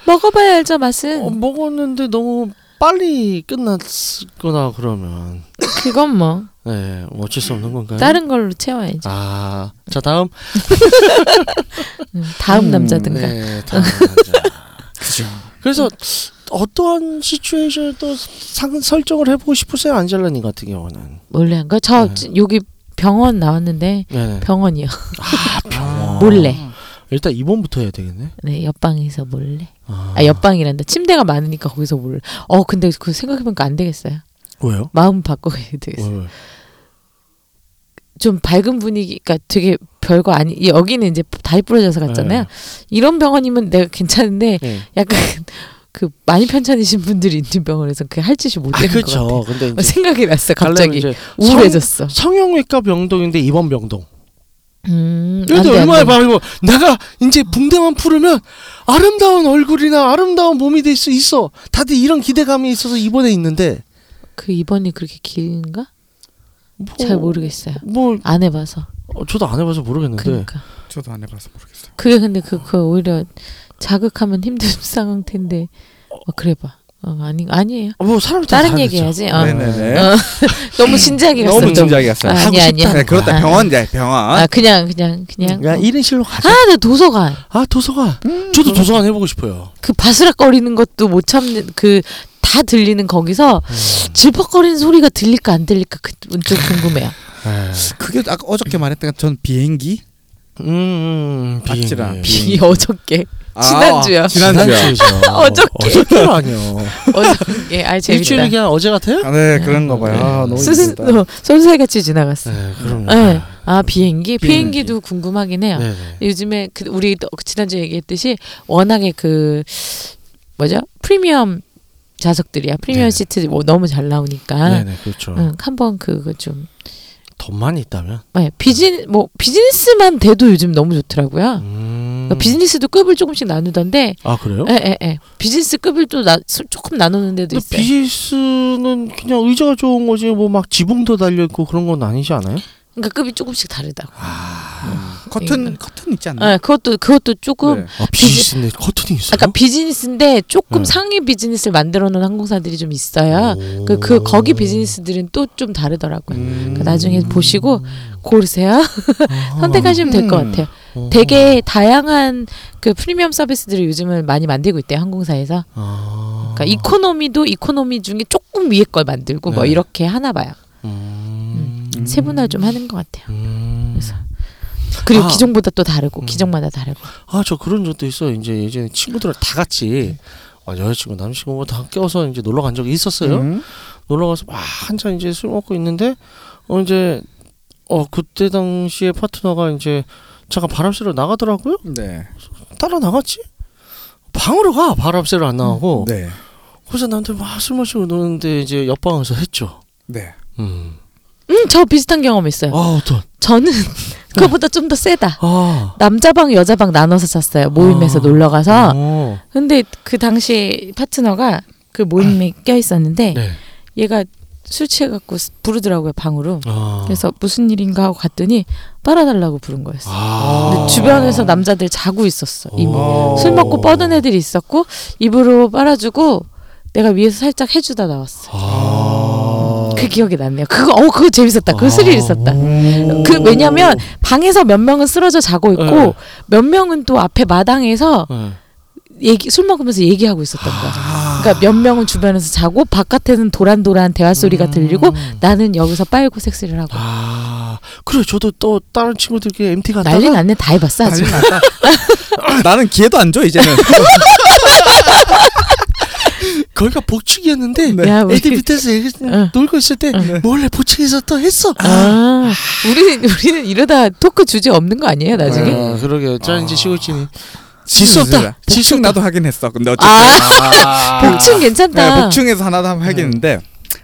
S4: 먹어봐야 알죠, 맛은.
S6: 어, 먹었는데 너무 빨리 끝났거나 그러면
S4: 그건 뭐.
S6: 네, 뭐 어쩔 수 없는 건가요?
S4: 다른 걸로 채워야죠.
S6: 아, 자 다음.
S4: 음, 다음
S5: 음,
S4: 남자든가.
S6: 네, 다음. 남자.
S5: 그죠.
S6: 그래서 어떠한 시츄에이션을 또 상, 설정을 해보고 싶으세요, 안젤라님 같은 경우는?
S4: 몰래 한 거? 저
S6: 네.
S4: 여기 병원 나왔는데
S6: 네.
S4: 병원이요.
S6: 아, 병원.
S4: 몰래.
S6: 일단 입원부터 해야 되겠네.
S4: 네, 옆방에서 몰래. 아, 옆방이란다. 침대가 많으니까 거기서 몰래. 어, 근데 그 생각해보니까 안 되겠어요.
S6: 왜요?
S4: 마음 바꿔야
S6: 왜,
S4: 되겠어요.
S6: 왜?
S4: 좀 밝은 분위기가 되게 별거 아니 여기는 이제 다리 부러져서 갔잖아요. 이런 병원이면 내가 괜찮은데
S6: 네.
S4: 약간 그 많이 편찮으신 분들이 있는 병원에서 그 할 짓이 못
S6: 아,
S4: 되는 것
S6: 그렇죠.
S4: 같아요.
S6: 근데 이제
S4: 생각이 났어
S6: 갈래는
S4: 갑자기
S6: 이제
S4: 우울해졌어.
S6: 성형외과 병동인데 입원 병동.
S4: 음, 안
S6: 근데
S4: 돼, 안
S6: 얼마나
S4: 돼.
S6: 바보 내가 이제 붕대만 풀으면 아름다운 얼굴이나 아름다운 몸이 될 수 있어. 다들 이런 기대감이 있어서 입원해 있는데
S4: 그 입원이 그렇게 긴가?
S6: 뭐,
S4: 잘 모르겠어요.
S6: 뭐
S4: 안 해봐서.
S6: 어, 저도 안 해봐서 모르겠는데
S4: 그러니까
S5: 저도 안 해봐서 모르겠어요.
S4: 그게 근데 그, 그 오히려 자극하면 힘든 상황 텐데 어, 그래봐. 어, 아니 아니에요.
S6: 어, 뭐 사람이 다
S4: 다른
S6: 다르죠.
S4: 얘기해야지. 어.
S5: 네네네.
S4: 어, 너무 진지하게 갔어.
S5: 너무
S4: 좀.
S5: 진지하게 갔어요.
S4: 아,
S5: 하고
S4: 아니야,
S5: 싶다.
S4: 아니야.
S5: 네, 그렇다.
S4: 아.
S5: 병원 네, 병원.
S4: 아 그냥 그냥 그냥.
S6: 그냥 일인 실로 가자.
S4: 아 음. 나 도서관.
S6: 아 도서관. 저도 도서관 해보고 싶어요.
S4: 그 바스락거리는 것도 못 참는 그 다 들리는 거기서
S6: 음.
S4: 질퍽거리는 소리가 들릴까 안 들릴까 그좀
S6: 예.
S4: 궁금해요.
S5: 그게 아까 어저께 말했던 전 비행기
S6: 음, 음 비행기.
S5: 아찔한.
S4: 비 어저께 지난주요.
S5: 아, 지난주요.
S4: 어저께.
S6: 어저께 아니요.
S4: 어저께 아
S6: 일주일이
S4: 재밌다.
S6: 그냥 어제 같아요?
S5: 아, 네 그런 거 봐요. 아, 너무
S4: 스스
S5: 힘들다.
S4: 어, 손살같이 지나갔어.
S6: 네, 그럼요.
S4: 네. 아 비행기 비행기도 궁금하긴 해요.
S6: 네, 네.
S4: 요즘에 그 우리 또 지난주에 얘기했듯이 워낙에 그 뭐죠 프리미엄 좌석들이야 프리미엄
S6: 네.
S4: 시트 뭐 너무 잘 나오니까
S6: 네네 그렇죠.
S4: 아. 응, 한번 그거 좀
S6: 돈만 있다면.
S4: 네, 비즈 뭐 비즈니스만 돼도 요즘 너무 좋더라고요.
S6: 음.
S4: 그러니까 비즈니스도 급을 조금씩 나누던데
S6: 아 그래요?
S4: 예, 예, 예. 비즈니스 급을 또 나, 수- 조금 나누는 데도
S6: 근데
S4: 있어요.
S6: 비즈니스는 그냥 의자가 좋은 거지 뭐 막 지붕도 달려 있고 그런 건 아니지 않아요?
S4: 그러니까 급이 조금씩 다르다고.
S5: 커튼 커튼 있지
S6: 음.
S5: 않나?
S4: 예, 그것도 그것도 조금
S5: 네.
S6: 아 비즈니스인데 커튼이 있어요?
S4: 아까 비즈니스인데 조금
S6: 네.
S4: 상위 비즈니스를 만들어 놓은 항공사들이 좀 있어요. 그, 그 거기 비즈니스들은 또 좀 다르더라고요.
S5: 음.
S4: 그 나중에 보시고 고르세요. 선택하시면 될 것
S5: 음.
S4: 같아요.
S6: 어.
S4: 되게 다양한 그 프리미엄 서비스들을 요즘은 많이 만들고 있대요. 항공사에서.
S6: 아.
S4: 그러니까 이코노미도 이코노미 중에 조금 위에 걸 만들고 뭐
S6: 네.
S4: 이렇게 하나 봐요.
S6: 음.
S4: 세분화 좀 하는 것 같아요.
S6: 음.
S4: 그래서. 그리고
S6: 아.
S4: 기종보다 또 다르고
S6: 음.
S4: 기종마다 다르고.
S6: 아 저 그런 적도 있어요. 이제 예전에 친구들이랑 다 같이 아, 여자친구 남자친구 다 껴서 이제 놀러 간 적이 있었어요.
S5: 음.
S6: 놀러 가서 막 한참 이제 술 먹고 있는데 어 이제 어 그때 당시에 파트너가 이제 잠깐 바람 쐬러 나가더라고요.
S5: 네.
S6: 따라 나갔지. 방으로 가 바람 쐬러 안
S4: 뭐?
S6: 나가고.
S5: 네.
S6: 그래서 나한테 막 술 마시고 노는데 이제 옆방에서 했죠.
S5: 네.
S6: 음.
S4: 음, 저 비슷한 경험 있어요.
S6: 아 어떤
S4: 저는 그거보다 좀 더 세다.
S6: 아
S4: 남자방 여자방 나눠서 잤어요. 모임에서
S6: 아.
S4: 놀러 가서.
S6: 어.
S4: 근데 그 당시 파트너가 그 모임에 껴 있었는데
S6: 네.
S4: 얘가 술 취해갖고 스- 부르더라고요 방으로.
S6: 아.
S4: 그래서 무슨 일인가 하고 갔더니 빨아달라고 부른 거였어. 요
S6: 아.
S4: 근데 주변에서 남자들 자고 있었어. 이미
S6: 오.
S4: 술 먹고 뻗은 애들이 있었고 입으로 빨아주고 내가 위에서 살짝 해주다 나왔어. 요
S6: 아.
S4: 그 기억이 났네요. 그거 어 그거 재밌었다. 그 스릴 있었다. 그 왜냐면 방에서 몇 명은 쓰러져 자고 있고
S6: 음. 네.
S4: 몇 명은 또 앞에 마당에서
S6: 네.
S4: 얘기 술 먹으면서 얘기하고 있었던 거야.
S6: 아.
S4: 그러니까 몇 명은 주변에서 자고 바깥에는 도란도란 대화 소리가 들리고 나는 여기서 빨고 섹스를 하고
S6: 음. 아 그래 저도 또 다른 친구들끼리 MT 갔다가
S4: 난리 났네 다 해봤어 아주.
S5: 난리 났다. 아, 나는 기회도 안 줘 이제는.
S6: 거기가 복층이었는데
S5: 네.
S4: 야, 우리-
S6: 애들 밑에서 애기
S4: 응.
S6: 놀고 있을 때
S4: 응.
S6: 몰래 복층에서 또 했어.
S4: 아, 우리 우리는 이러다 토크 주제 없는 거 아니에요 나중에?
S6: 아, 그러게요. 짠지 시골진이
S5: 질 수 없다. 복층 나도 하긴 했어. 근데 어쨌든
S6: 아,
S4: 복층 괜찮다.
S5: 네, 복층에서 하나 한번 하겠는데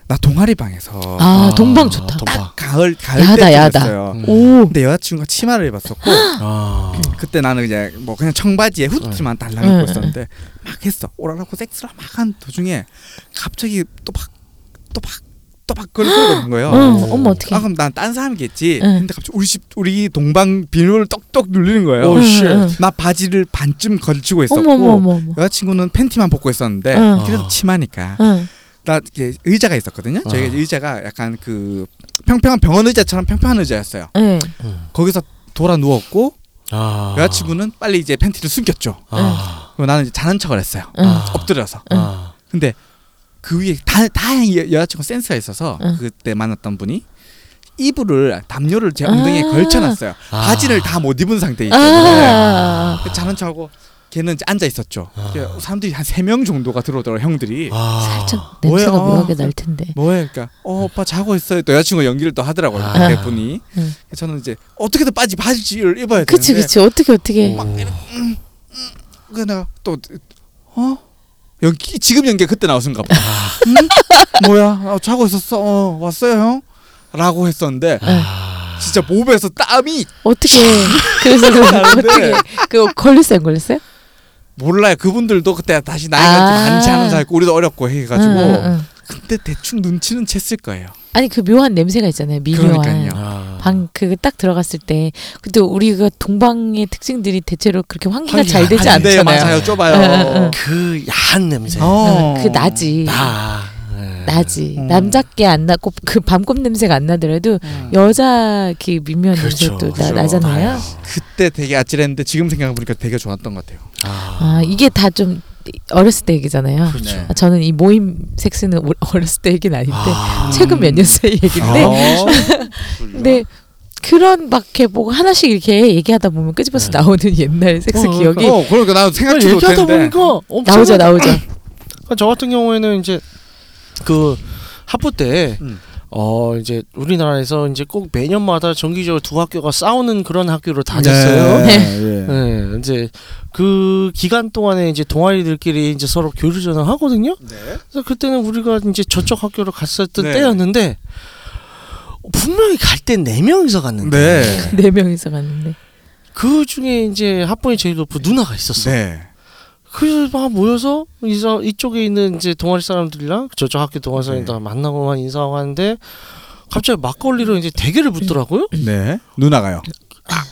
S5: 나 동아리 방에서
S4: 음. 아 동방 좋다.
S6: 동방.
S5: 가을 가을
S4: 야하다,
S5: 때
S4: 야하다. 음.
S5: 했어요.
S4: 오.
S5: 근데 여자친구가 치마를 입었었고
S6: 아.
S5: 그때 나는 그냥 뭐 그냥 청바지에 후드티만
S4: 어. 응,
S5: 달라붙고
S4: 응.
S5: 있었는데 막 했어 오라라고 섹스를 막 한 도중에 갑자기 또박또박또박 그걸 끌고 있는 거예요.
S4: 응, 어머 어떻게?
S5: 아 그럼 난 딴 사람이겠지.
S4: 응.
S5: 근데 갑자기 우리 집 우리 동방 비밀번호를 떡떡 누르는 거예요.
S6: 오, 쉣.
S5: 나 바지를 반쯤 걸치고 있었고
S4: 어머 어머 어머 어머.
S5: 여자친구는 팬티만 벗고 있었는데
S4: 뭐? 응.
S5: 그래도
S6: 어.
S5: 치마니까
S4: 응.
S5: 나 이렇게 의자가 있었거든요. 저희
S6: 아.
S5: 의자가 약간 그 평평한 병원 의자처럼 평평한 의자였어요.
S4: 네.
S5: 거기서 돌아 누웠고
S6: 아.
S5: 여자친구는 빨리 이제 팬티를 숨겼죠.
S6: 아.
S5: 그리고 나는 이제 자는 척을 했어요.
S4: 응.
S6: 아.
S5: 엎드려서.
S6: 아.
S5: 근데 그 위에 다, 다행히 여- 여자친구 센스가 있어서
S4: 응.
S5: 그때 만났던 분이 이불을 담요를 제
S4: 아.
S5: 엉덩이에 걸쳐놨어요.
S6: 아.
S5: 바지를 다 못 입은 상태이기 때문에
S4: 아.
S5: 자는 척하고 걔는 이제 앉아 있었죠. 사람들이 한 세 명 정도가 들어오더라고 형들이.
S6: 아.
S4: 살짝
S5: 뭐야?
S4: 냄새가 묘하게 날 텐데.
S5: 뭐해? 그러니까 어 오빠 자고 있어요. 또 여자친구 연기를 또 하더라고요. 네,
S6: 아.
S5: 대분이
S4: 응.
S5: 저는 이제 어떻게든 빠지 바지를 입어야
S4: 음. 그치
S5: 되는데
S4: 그치 어떻게 어떻게?
S5: 그 내가 또 어? 연기 지금 연기 그때 나왔은가 봐.
S4: 아.
S5: 응? 뭐야? 어, 자고 있었어. 어, 왔어요 형? 라고 했었는데
S4: 아.
S5: 진짜 몸에서 땀이
S4: 어떻게? 그래서 그 어떻게? 그 걸렸어요 안 걸렸어요?
S5: 몰라요. 그분들도 그때 다시
S4: 아.
S5: 나이가 좀 많지 않은 사이고 우리도 어렵고 해가지고
S4: 응, 응, 응.
S5: 그때 대충 눈치는 챘을 거예요.
S4: 아니 그 묘한 냄새가 있잖아요 미묘한.
S5: 그러니까요.
S6: 아.
S4: 방 그 딱 들어갔을 때 근데 우리가 그 동방의 특징들이 대체로 그렇게 환기가
S6: 환기가
S4: 잘 되지
S6: 안
S5: 네,
S4: 않잖아요.
S5: 맞아요.
S4: 응,
S5: 좁아요.
S6: 그 야한 냄새.
S5: 어.
S4: 그 나지.
S6: 아.
S4: 나지.
S5: 음.
S4: 남자께 안 나고 그 밤꽃 냄새가 안 나더라도 여자 그 미묘한
S6: 음. 그렇죠.
S4: 냄새도
S6: 그렇죠.
S4: 나, 나잖아요.
S5: 그때 되게 아찔했는데 지금 생각해보니까 되게 좋았던 것 같아요.
S4: 아 이게 다 좀 어렸을 때 얘기잖아요.
S5: 그렇죠.
S4: 아, 저는 이 모임 섹스는 올- 어렸을 때 얘기는 아닌데 최근 몇 년 사이 얘기인데
S5: 아.
S6: 아.
S4: 근데 그런 막 이렇게 뭐 하나씩 이렇게 얘기하다 보면 끄집어서 나오는 옛날 섹스
S6: 네. 어,
S4: 기억이
S5: 어, 그러니까 나도
S6: 그걸
S5: 생각지
S6: 아, 얘기하다
S5: 못했는데.
S6: 보니까 엄청
S4: 나오죠 나오죠.
S6: 그러니까 저 같은 경우에는 이제 그 학부 때.
S5: 음.
S6: 어 이제 우리나라에서 이제 꼭 매년마다 정기적으로 두 학교가 싸우는 그런 학교로 다졌어요.
S5: 맞았어요.
S4: 네.
S6: 네, 이제 그 기간 동안에 이제 동아리들끼리 이제 서로 교류전을 하거든요. 그래서 그때는 우리가 이제 저쪽 학교로 갔었던
S5: 네.
S6: 때였는데 분명히 갈 때 네 명이서 갔는데
S5: 네.
S4: 네 명이서 갔는데
S6: 그 중에 이제 학번이 제일 높은 누나가 있었어. 요
S5: 네.
S6: 그래서 막 모여서 이사 이쪽에 있는 이제 동아리 사람들이랑 저쪽 학교 동아리
S5: 네.
S6: 사람들 만나고만 인사하고 하는데 갑자기 막걸리로 이제 대결을 붙더라고요.
S5: 네. 누나가요.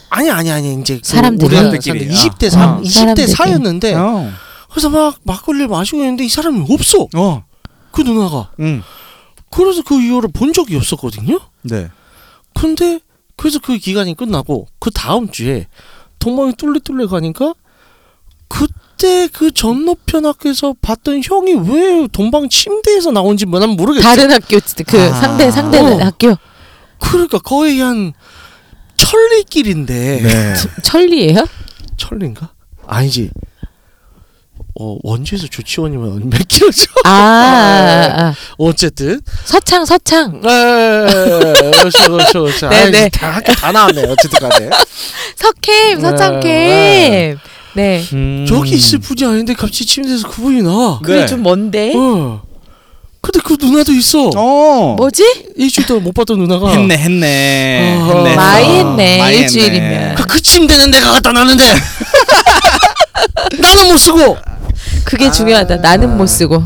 S6: 아니 아니 아니 이제 그
S4: 사람들이.
S6: 우리 학교
S5: 사람들끼리.
S6: 사람들 20대 3
S5: 아.
S6: 20대
S4: 사람들끼리.
S6: 4였는데
S5: 어.
S6: 그래서 막 막걸리를 마시고 있는데 이 사람이 없어.
S5: 어.
S6: 그 누나가.
S5: 응.
S6: 그래서 그 이후로 본 적이 없었거든요.
S5: 네.
S6: 근데 그래서 그 기간이 끝나고 그 다음 주에 동방이 뚫레뚫레 가니까 그때 그 전노편 학교에서 봤던 형이 왜 동방 침대에서 나온지 뭐 난 모르겠어.
S4: 다른 학교 그
S5: 아.
S4: 상대 상대
S6: 어.
S4: 학교
S6: 그러니까 거의 한 천리길인데
S5: 네.
S4: 천리예요?
S6: 천리인가? 아니지. 어 원주에서 조치원이면 몇 킬로죠?
S4: 아, 아, 아.
S6: 네. 어쨌든
S4: 서창 서창
S6: 네, 그렇죠, 그렇죠, 그렇죠.
S4: 네,
S6: 아이,
S4: 네.
S6: 다 학교 다 나왔네. 어쨌든간에
S4: 석캠
S6: 네,
S4: 서창캠
S6: 네.
S4: 네, 네.
S5: 음.
S6: 저기 있을 분이 아닌데 갑자기 침대에서 그분이 나.
S5: 네.
S4: 그게 좀 뭔데
S6: 어. 근데 그 누나도 있어.
S5: 어.
S4: 뭐지
S6: 일주일 동안 못 봤던 누나가.
S5: 했네 했네.
S6: 어.
S5: 했네.
S4: 많이 했네,
S5: 많이 했네.
S4: 일주일이면.
S6: 그, 그 침대는 내가 갖다 놨는데 나는 못 쓰고.
S5: 아. 어,
S4: 그게 중요하다 나는 못 쓰고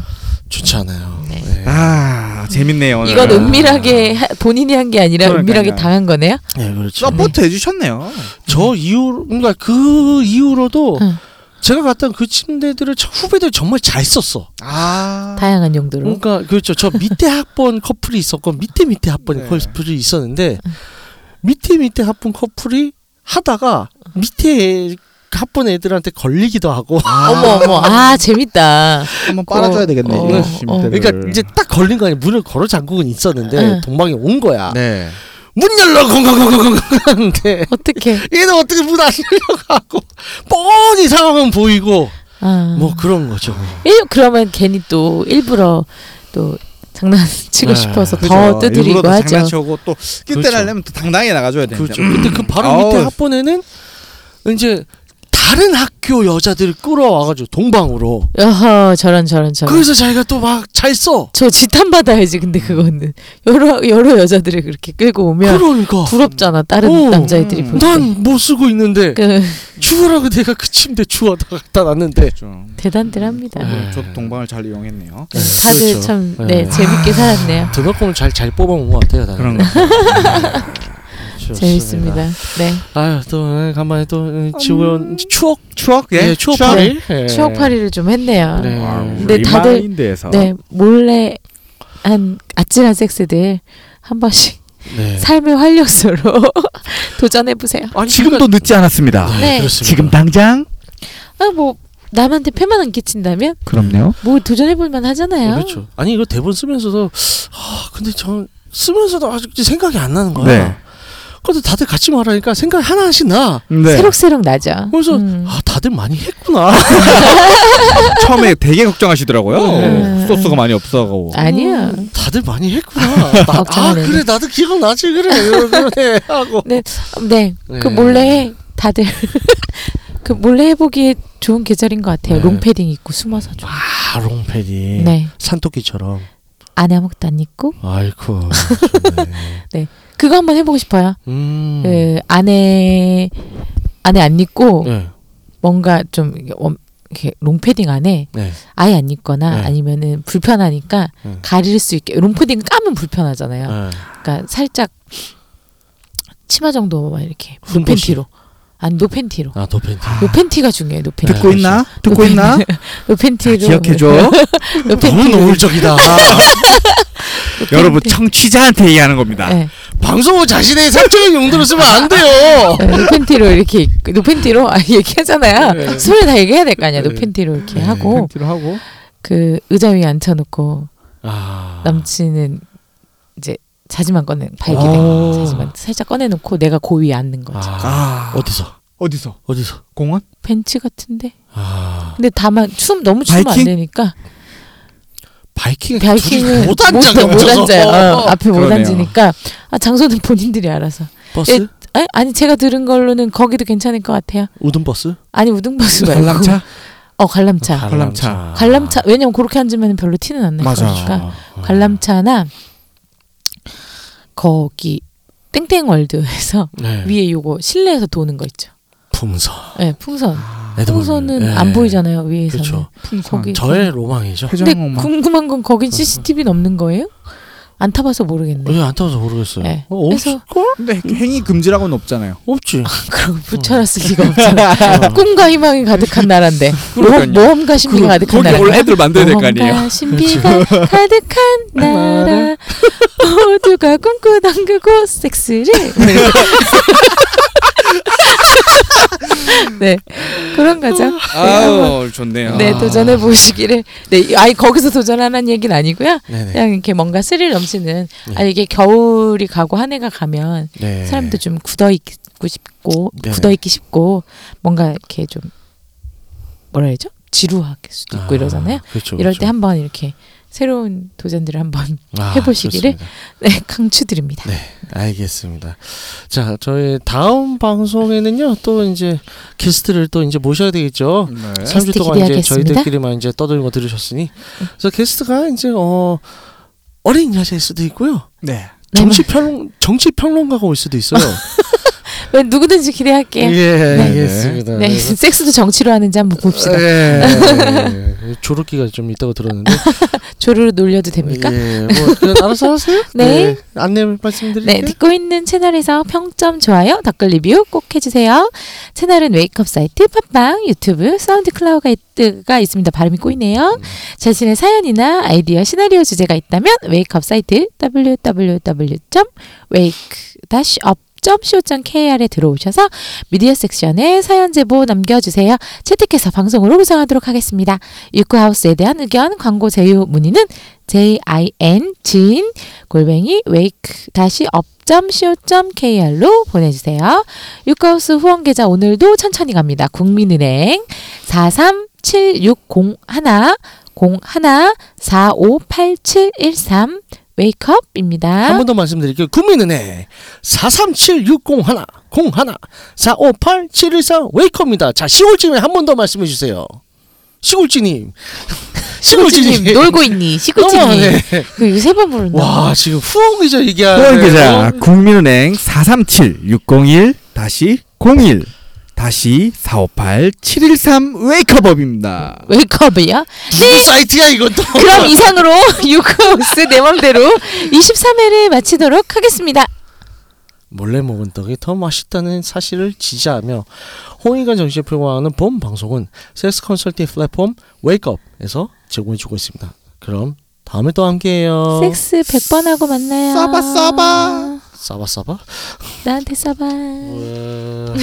S6: 좋지 않아요. 네.
S5: 아 재밌네요. 오늘.
S4: 이건 은밀하게 하- 본인이 한 게 아니라
S5: 그러니까요.
S4: 은밀하게 당한 거네요.
S6: 네, 그렇죠.
S5: 서포트 해주셨네요.
S6: 저 이후로 그러니까 그 이후로도
S4: 응.
S6: 제가 갔던 그 침대들을 참 후배들 정말 잘 썼어.
S5: 아
S4: 다양한 용도로.
S6: 그러니까 그렇죠. 저 밑에 학번 커플이 있었고 밑에 밑에 학번
S5: 네.
S6: 커플이 있었는데 밑에 밑에 학번 커플이 하다가 밑에 학번 애들한테 걸리기도 하고
S4: 어머 어머 아 재밌다.
S5: 한번 빨아줘야 되겠네.
S4: 어,
S5: 이거
S4: 어.
S5: 심대를.
S6: 그러니까 이제 딱 걸린 거 아니야. 문을 걸어 잠그고는 있었는데
S4: 응.
S6: 동방이 온 거야.
S5: 네.
S6: 문 열러 공공공공공 하는데
S4: 어떻게?
S6: 얘는 어떻게 문 안 열려고 하고 뻔히 상황은 보이고
S4: 아.
S6: 뭐 그런 거죠.
S4: 일, 그러면 괜히 또 일부러 또 장난치고
S6: 네,
S4: 싶어서 더
S5: 그죠. 일부러
S4: 뜯으리고
S5: 더
S4: 하죠.
S5: 그렇죠. 장난치고 또 음.
S6: 그렇죠.
S5: 낄때하려면 또 당당히 나가줘야 되는데.
S6: 그렇죠. 근데 그 바로 밑에
S5: 아우.
S6: 학번에는 이제 다른 학교 여자들을 끌어와가지고 동방으로.
S4: 어허 저런 저런 저런.
S6: 그래서 자기가 또 막 잘 써.
S4: 저 지탄 받아야지 근데 그거는 여러 여러 여자들을 그렇게 끌고 오면
S6: 그러니까
S4: 부럽잖아 다른
S6: 어,
S4: 남자애들이
S5: 음.
S4: 볼 때.
S6: 난 뭐 쓰고 있는데
S4: 그,
S6: 추워라고 내가 그 침대 추워다 갖다 놨는데.
S5: 그렇죠.
S4: 대단들합니다.
S6: 네.
S5: 저 동방을 잘 이용했네요.
S4: 네, 다들
S6: 그렇죠.
S4: 참
S6: 네.
S4: 네, 재밌게 살았네요.
S6: 드박공을 잘잘 뽑아온 것 같아요. 다들.
S5: 그런 거.
S4: 네,
S6: 좋습니다.
S4: 재밌습니다. 네.
S6: 아유 또 에, 간만에 또 에, 지원 추억
S5: 추억 예.
S6: 예 추억팔이 예.
S4: 음. 네, 추억팔이를 좀 했네요.
S6: 네.
S4: 근데 다들-
S5: 아, 리마인드에서.
S4: 네, 몰래 한 아찔한 섹스들 한 번씩
S6: 네.
S4: 삶의 활력소로 도전해 보세요.
S6: 아니
S5: 지금도 늦지 않았습니다.
S6: 그러니까-
S4: 네.
S6: 그렇습니다.
S5: 지금 당장.
S4: 아, 뭐 남한테 폐만 안 끼친다면
S5: 그럼요.
S4: 뭐 도전해 볼 만 하잖아요.
S6: 그렇죠. 아니 이거 대본 쓰면서도 아 근데 전 쓰면서도 아직 생각이 안 나는 거야.
S5: 네.
S6: 근데 다들 같이 말하니까 생각이 하나씩 나.
S5: 네.
S4: 새록새록 나죠.
S6: 그래서
S4: 음.
S6: 아 다들 많이 했구나.
S5: 처음에 되게 걱정하시더라고요.
S4: 네.
S5: 소스가 많이 없어가고.
S4: 아니야.
S6: 다들 많이 했구나. 나, 아
S4: 음. 걱정하네.
S6: 그래 나도 기억나지 그래. 그러네 하고.
S4: 네, 그
S6: 뭐. 네.
S4: 몰래 다들 그 몰래 해보기에 좋은 계절인 것 같아요.
S6: 네.
S4: 롱패딩 입고 숨어서 좀.
S6: 아 롱패디.
S4: 네,
S6: 산토끼처럼.
S4: 안에 아무것도 안 입고
S6: 아이쿠. 좋네.
S4: 그거 한번 해보고 싶어요.
S6: 음.
S4: 그 안에 안에 안 입고
S6: 네.
S4: 뭔가 좀 이게 원- 이렇게 롱패딩 안에
S6: 네.
S4: 아예 안 입거나
S6: 네.
S4: 아니면은 불편하니까
S6: 네.
S4: 가릴 수 있게 롱패딩 까면 불편하잖아요.
S6: 네.
S4: 그러니까 살짝 치마 정도만 이렇게
S6: 흠뻑이.
S4: 노팬티로 아니 노팬티로
S6: 아 도팬티.
S4: 노팬티가 중요해요. 노팬티.
S5: 듣고 있나?
S4: 그렇죠.
S5: 듣고 있나?
S4: 노팬티로
S5: 기억해줘.
S6: 너무
S4: 노팬티로
S6: 노골적이다.
S5: 여러분 청취자한테 얘기하는 겁니다.
S4: 네.
S6: 방송은 자신의 사적인 용도로 쓰면 안 돼요.
S4: 네, 노팬티로 이렇게 입고, 노팬티로 아, 얘기하잖아요.
S6: 네.
S4: 소리 다 얘기해야 될 거 아니야.
S6: 네.
S4: 노팬티로 이렇게
S6: 네.
S4: 하고
S5: 어. 팬티로 하고.
S4: 그 의자 위에 앉혀놓고
S6: 아.
S4: 남친은 이제 자지만 꺼내 발기된
S6: 오.
S4: 자지만 살짝 꺼내놓고 내가 고위 에 앉는 거지.
S5: 아.
S6: 어디서?
S5: 어디서?
S6: 어디서?
S5: 공원?
S4: 벤치 같은데.
S6: 아
S4: 근데 다만 춤 너무 추면
S5: 바이킹?
S4: 안 되니까
S6: 바이킹
S4: 바이킹은
S6: 못 앉아
S4: 못 앉아요. 어, 앞에 못
S5: 그러네요.
S4: 앉으니까 아, 장소는 본인들이 알아서.
S6: 버스?
S4: 예. 아, 아니 제가 들은 걸로는 거기도 괜찮을 것 같아요.
S6: 우등 버스?
S4: 아니 우등버스 말고
S5: 관람차?
S4: 어 관람차.
S5: 관람차.
S4: 관람차 왜냐면 그렇게 앉으면 별로 티는 안 나니까. 그러니까
S5: 아.
S4: 관람차나 거기 땡땡월드에서
S6: 네.
S4: 위에 요거 실내에서 도는 거 있죠.
S6: 풍선.
S4: 예, 풍선.
S5: 아,
S6: 애들
S4: 풍선은
S6: 보면, 예.
S5: 네.
S4: 안 보이잖아요 네. 위에서는.
S6: 그렇죠.
S4: 거기.
S6: 저의 로망이죠.
S4: 근데
S5: 회전목마.
S4: 궁금한 건 거긴
S5: 그렇죠.
S4: CCTV는 없는 거예요? 안 타봐서 모르겠네.
S6: 왜 안 타서 모르겠어요.
S4: 네.
S6: 어, 없을
S4: 그래서-
S6: 걸?
S5: 근데 행위 금지라고는 없잖아요.
S6: 없지.
S4: 그럼 붙여놨을 리가 없잖아. 꿈과 희망이 가득한 나라인데
S5: 어. 그러니까요.
S4: 모험, 모험과 신비가 네, 가득한
S5: 거기
S4: 나라.
S5: 원래 애들 만들어야 될 거 아니에요.
S4: 모험과 신비가 가득한
S6: 아, 네.
S4: 나라 모두가 꿈꾸던 그곳 섹스를 네 그런 거죠.
S5: 아우 좋네요.
S4: 네
S6: 아.
S4: 도전해 보시기를 네 아니 거기서 도전하는 얘기는 아니고요.
S6: 네네.
S4: 그냥 이렇게 뭔가 스릴 넘치는
S6: 네.
S4: 아 이게 겨울이 가고 한 해가 가면
S6: 네.
S4: 사람도 좀 굳어 있고 싶고
S6: 네네.
S4: 굳어 있기 쉽고 뭔가 이렇게 좀 뭐라 해야죠 지루할 수도 있고
S6: 아,
S4: 이러잖아요.
S6: 그렇죠,
S4: 이럴
S6: 그렇죠.
S4: 때 한번 이렇게 새로운 도전들을 한번
S6: 아,
S4: 해보시기를
S6: 좋습니다.
S4: 네, 강추드립니다.
S6: 네, 알겠습니다. 자, 저희 다음 방송에는요, 또 이제 게스트를 또 이제 모셔야 되겠죠.
S5: 네.
S6: 3주
S4: 게스트
S6: 동안 이제
S4: 기대하겠습니다.
S6: 저희들끼리만 이제 떠들고 들으셨으니. 그래서 게스트가 이제, 어, 어린 여자일 수도 있고요.
S5: 네.
S4: 네,
S6: 정치 평론, 정치 평론가가 올 수도 있어요.
S4: 왜 누구든지 기대할게요.
S6: 예,
S5: 네.
S6: 알겠습니다.
S4: 네, 섹스도 정치로 하는지 한번 봅시다. 아,
S6: 예. 조르기가 좀 있다고 들었는데.
S4: 조르르 놀려도 됩니까?
S6: 예, 뭐 그냥 알아서 하세요.
S4: 그러니까. 네.
S6: 안내
S4: 네,
S6: 말씀드릴게요.
S4: 듣고 있는 채널에서 평점, 좋아요, 댓글 리뷰 꼭 해주세요. 채널은 웨이크업 사이트, 팟빵, 유튜브, 사운드 클라우드가 있습니다. 발음이 꼬이네요. 자신의 사연이나 아이디어, 시나리오 주제가 있다면 웨이크업 사이트 www.wake-up.co.kr에 들어오셔서 미디어 섹션에 사연 제보 남겨주세요. 채택해서 방송으로 구성하도록 하겠습니다. 유쿠하우스에 대한 의견, 광고 제휴 문의는 jin 진 골뱅이 웨이크 다시 업.co.kr로 보내주세요. 유카우스 후원 계좌 오늘도 천천히 갑니다. 국민은행 437601 01458713
S6: 한
S4: 웨이크업입니다.
S6: 번 더 말씀드릴게요. 국민은행 437601 01 458 714 웨이커입니다. 자, 시골진님 한 번 더 말씀해 주세요. 시골진님.
S4: 시골지님 놀고 있니? 시골지님.
S6: 어, 너무하네.
S4: 그 세번 부른다.
S6: 와, 지금 후원 계좌 얘기하네.
S5: 후원 계좌 국민은행 437 601 다시 01 다시 458 713 웨이크업입니다.
S4: 웨이크업이요?
S6: 무슨 사이트야 이것도.
S4: 그럼 이상으로 유카우스 내 맘대로 23회를 마치도록 하겠습니다.
S6: 몰래 먹은 떡이 더 맛있다는 사실을 지지하며 홍익관 정신을 표방하는 본 방송은 섹스 컨설팅 플랫폼 웨이크업에서 제공해주고 있습니다. 그럼 다음에 또 함께해요.
S4: 섹스 100번 하고 만나요.
S5: 싸봐, 싸봐.
S6: 싸바싸바.
S4: 나한테 싸봐.
S6: 왜...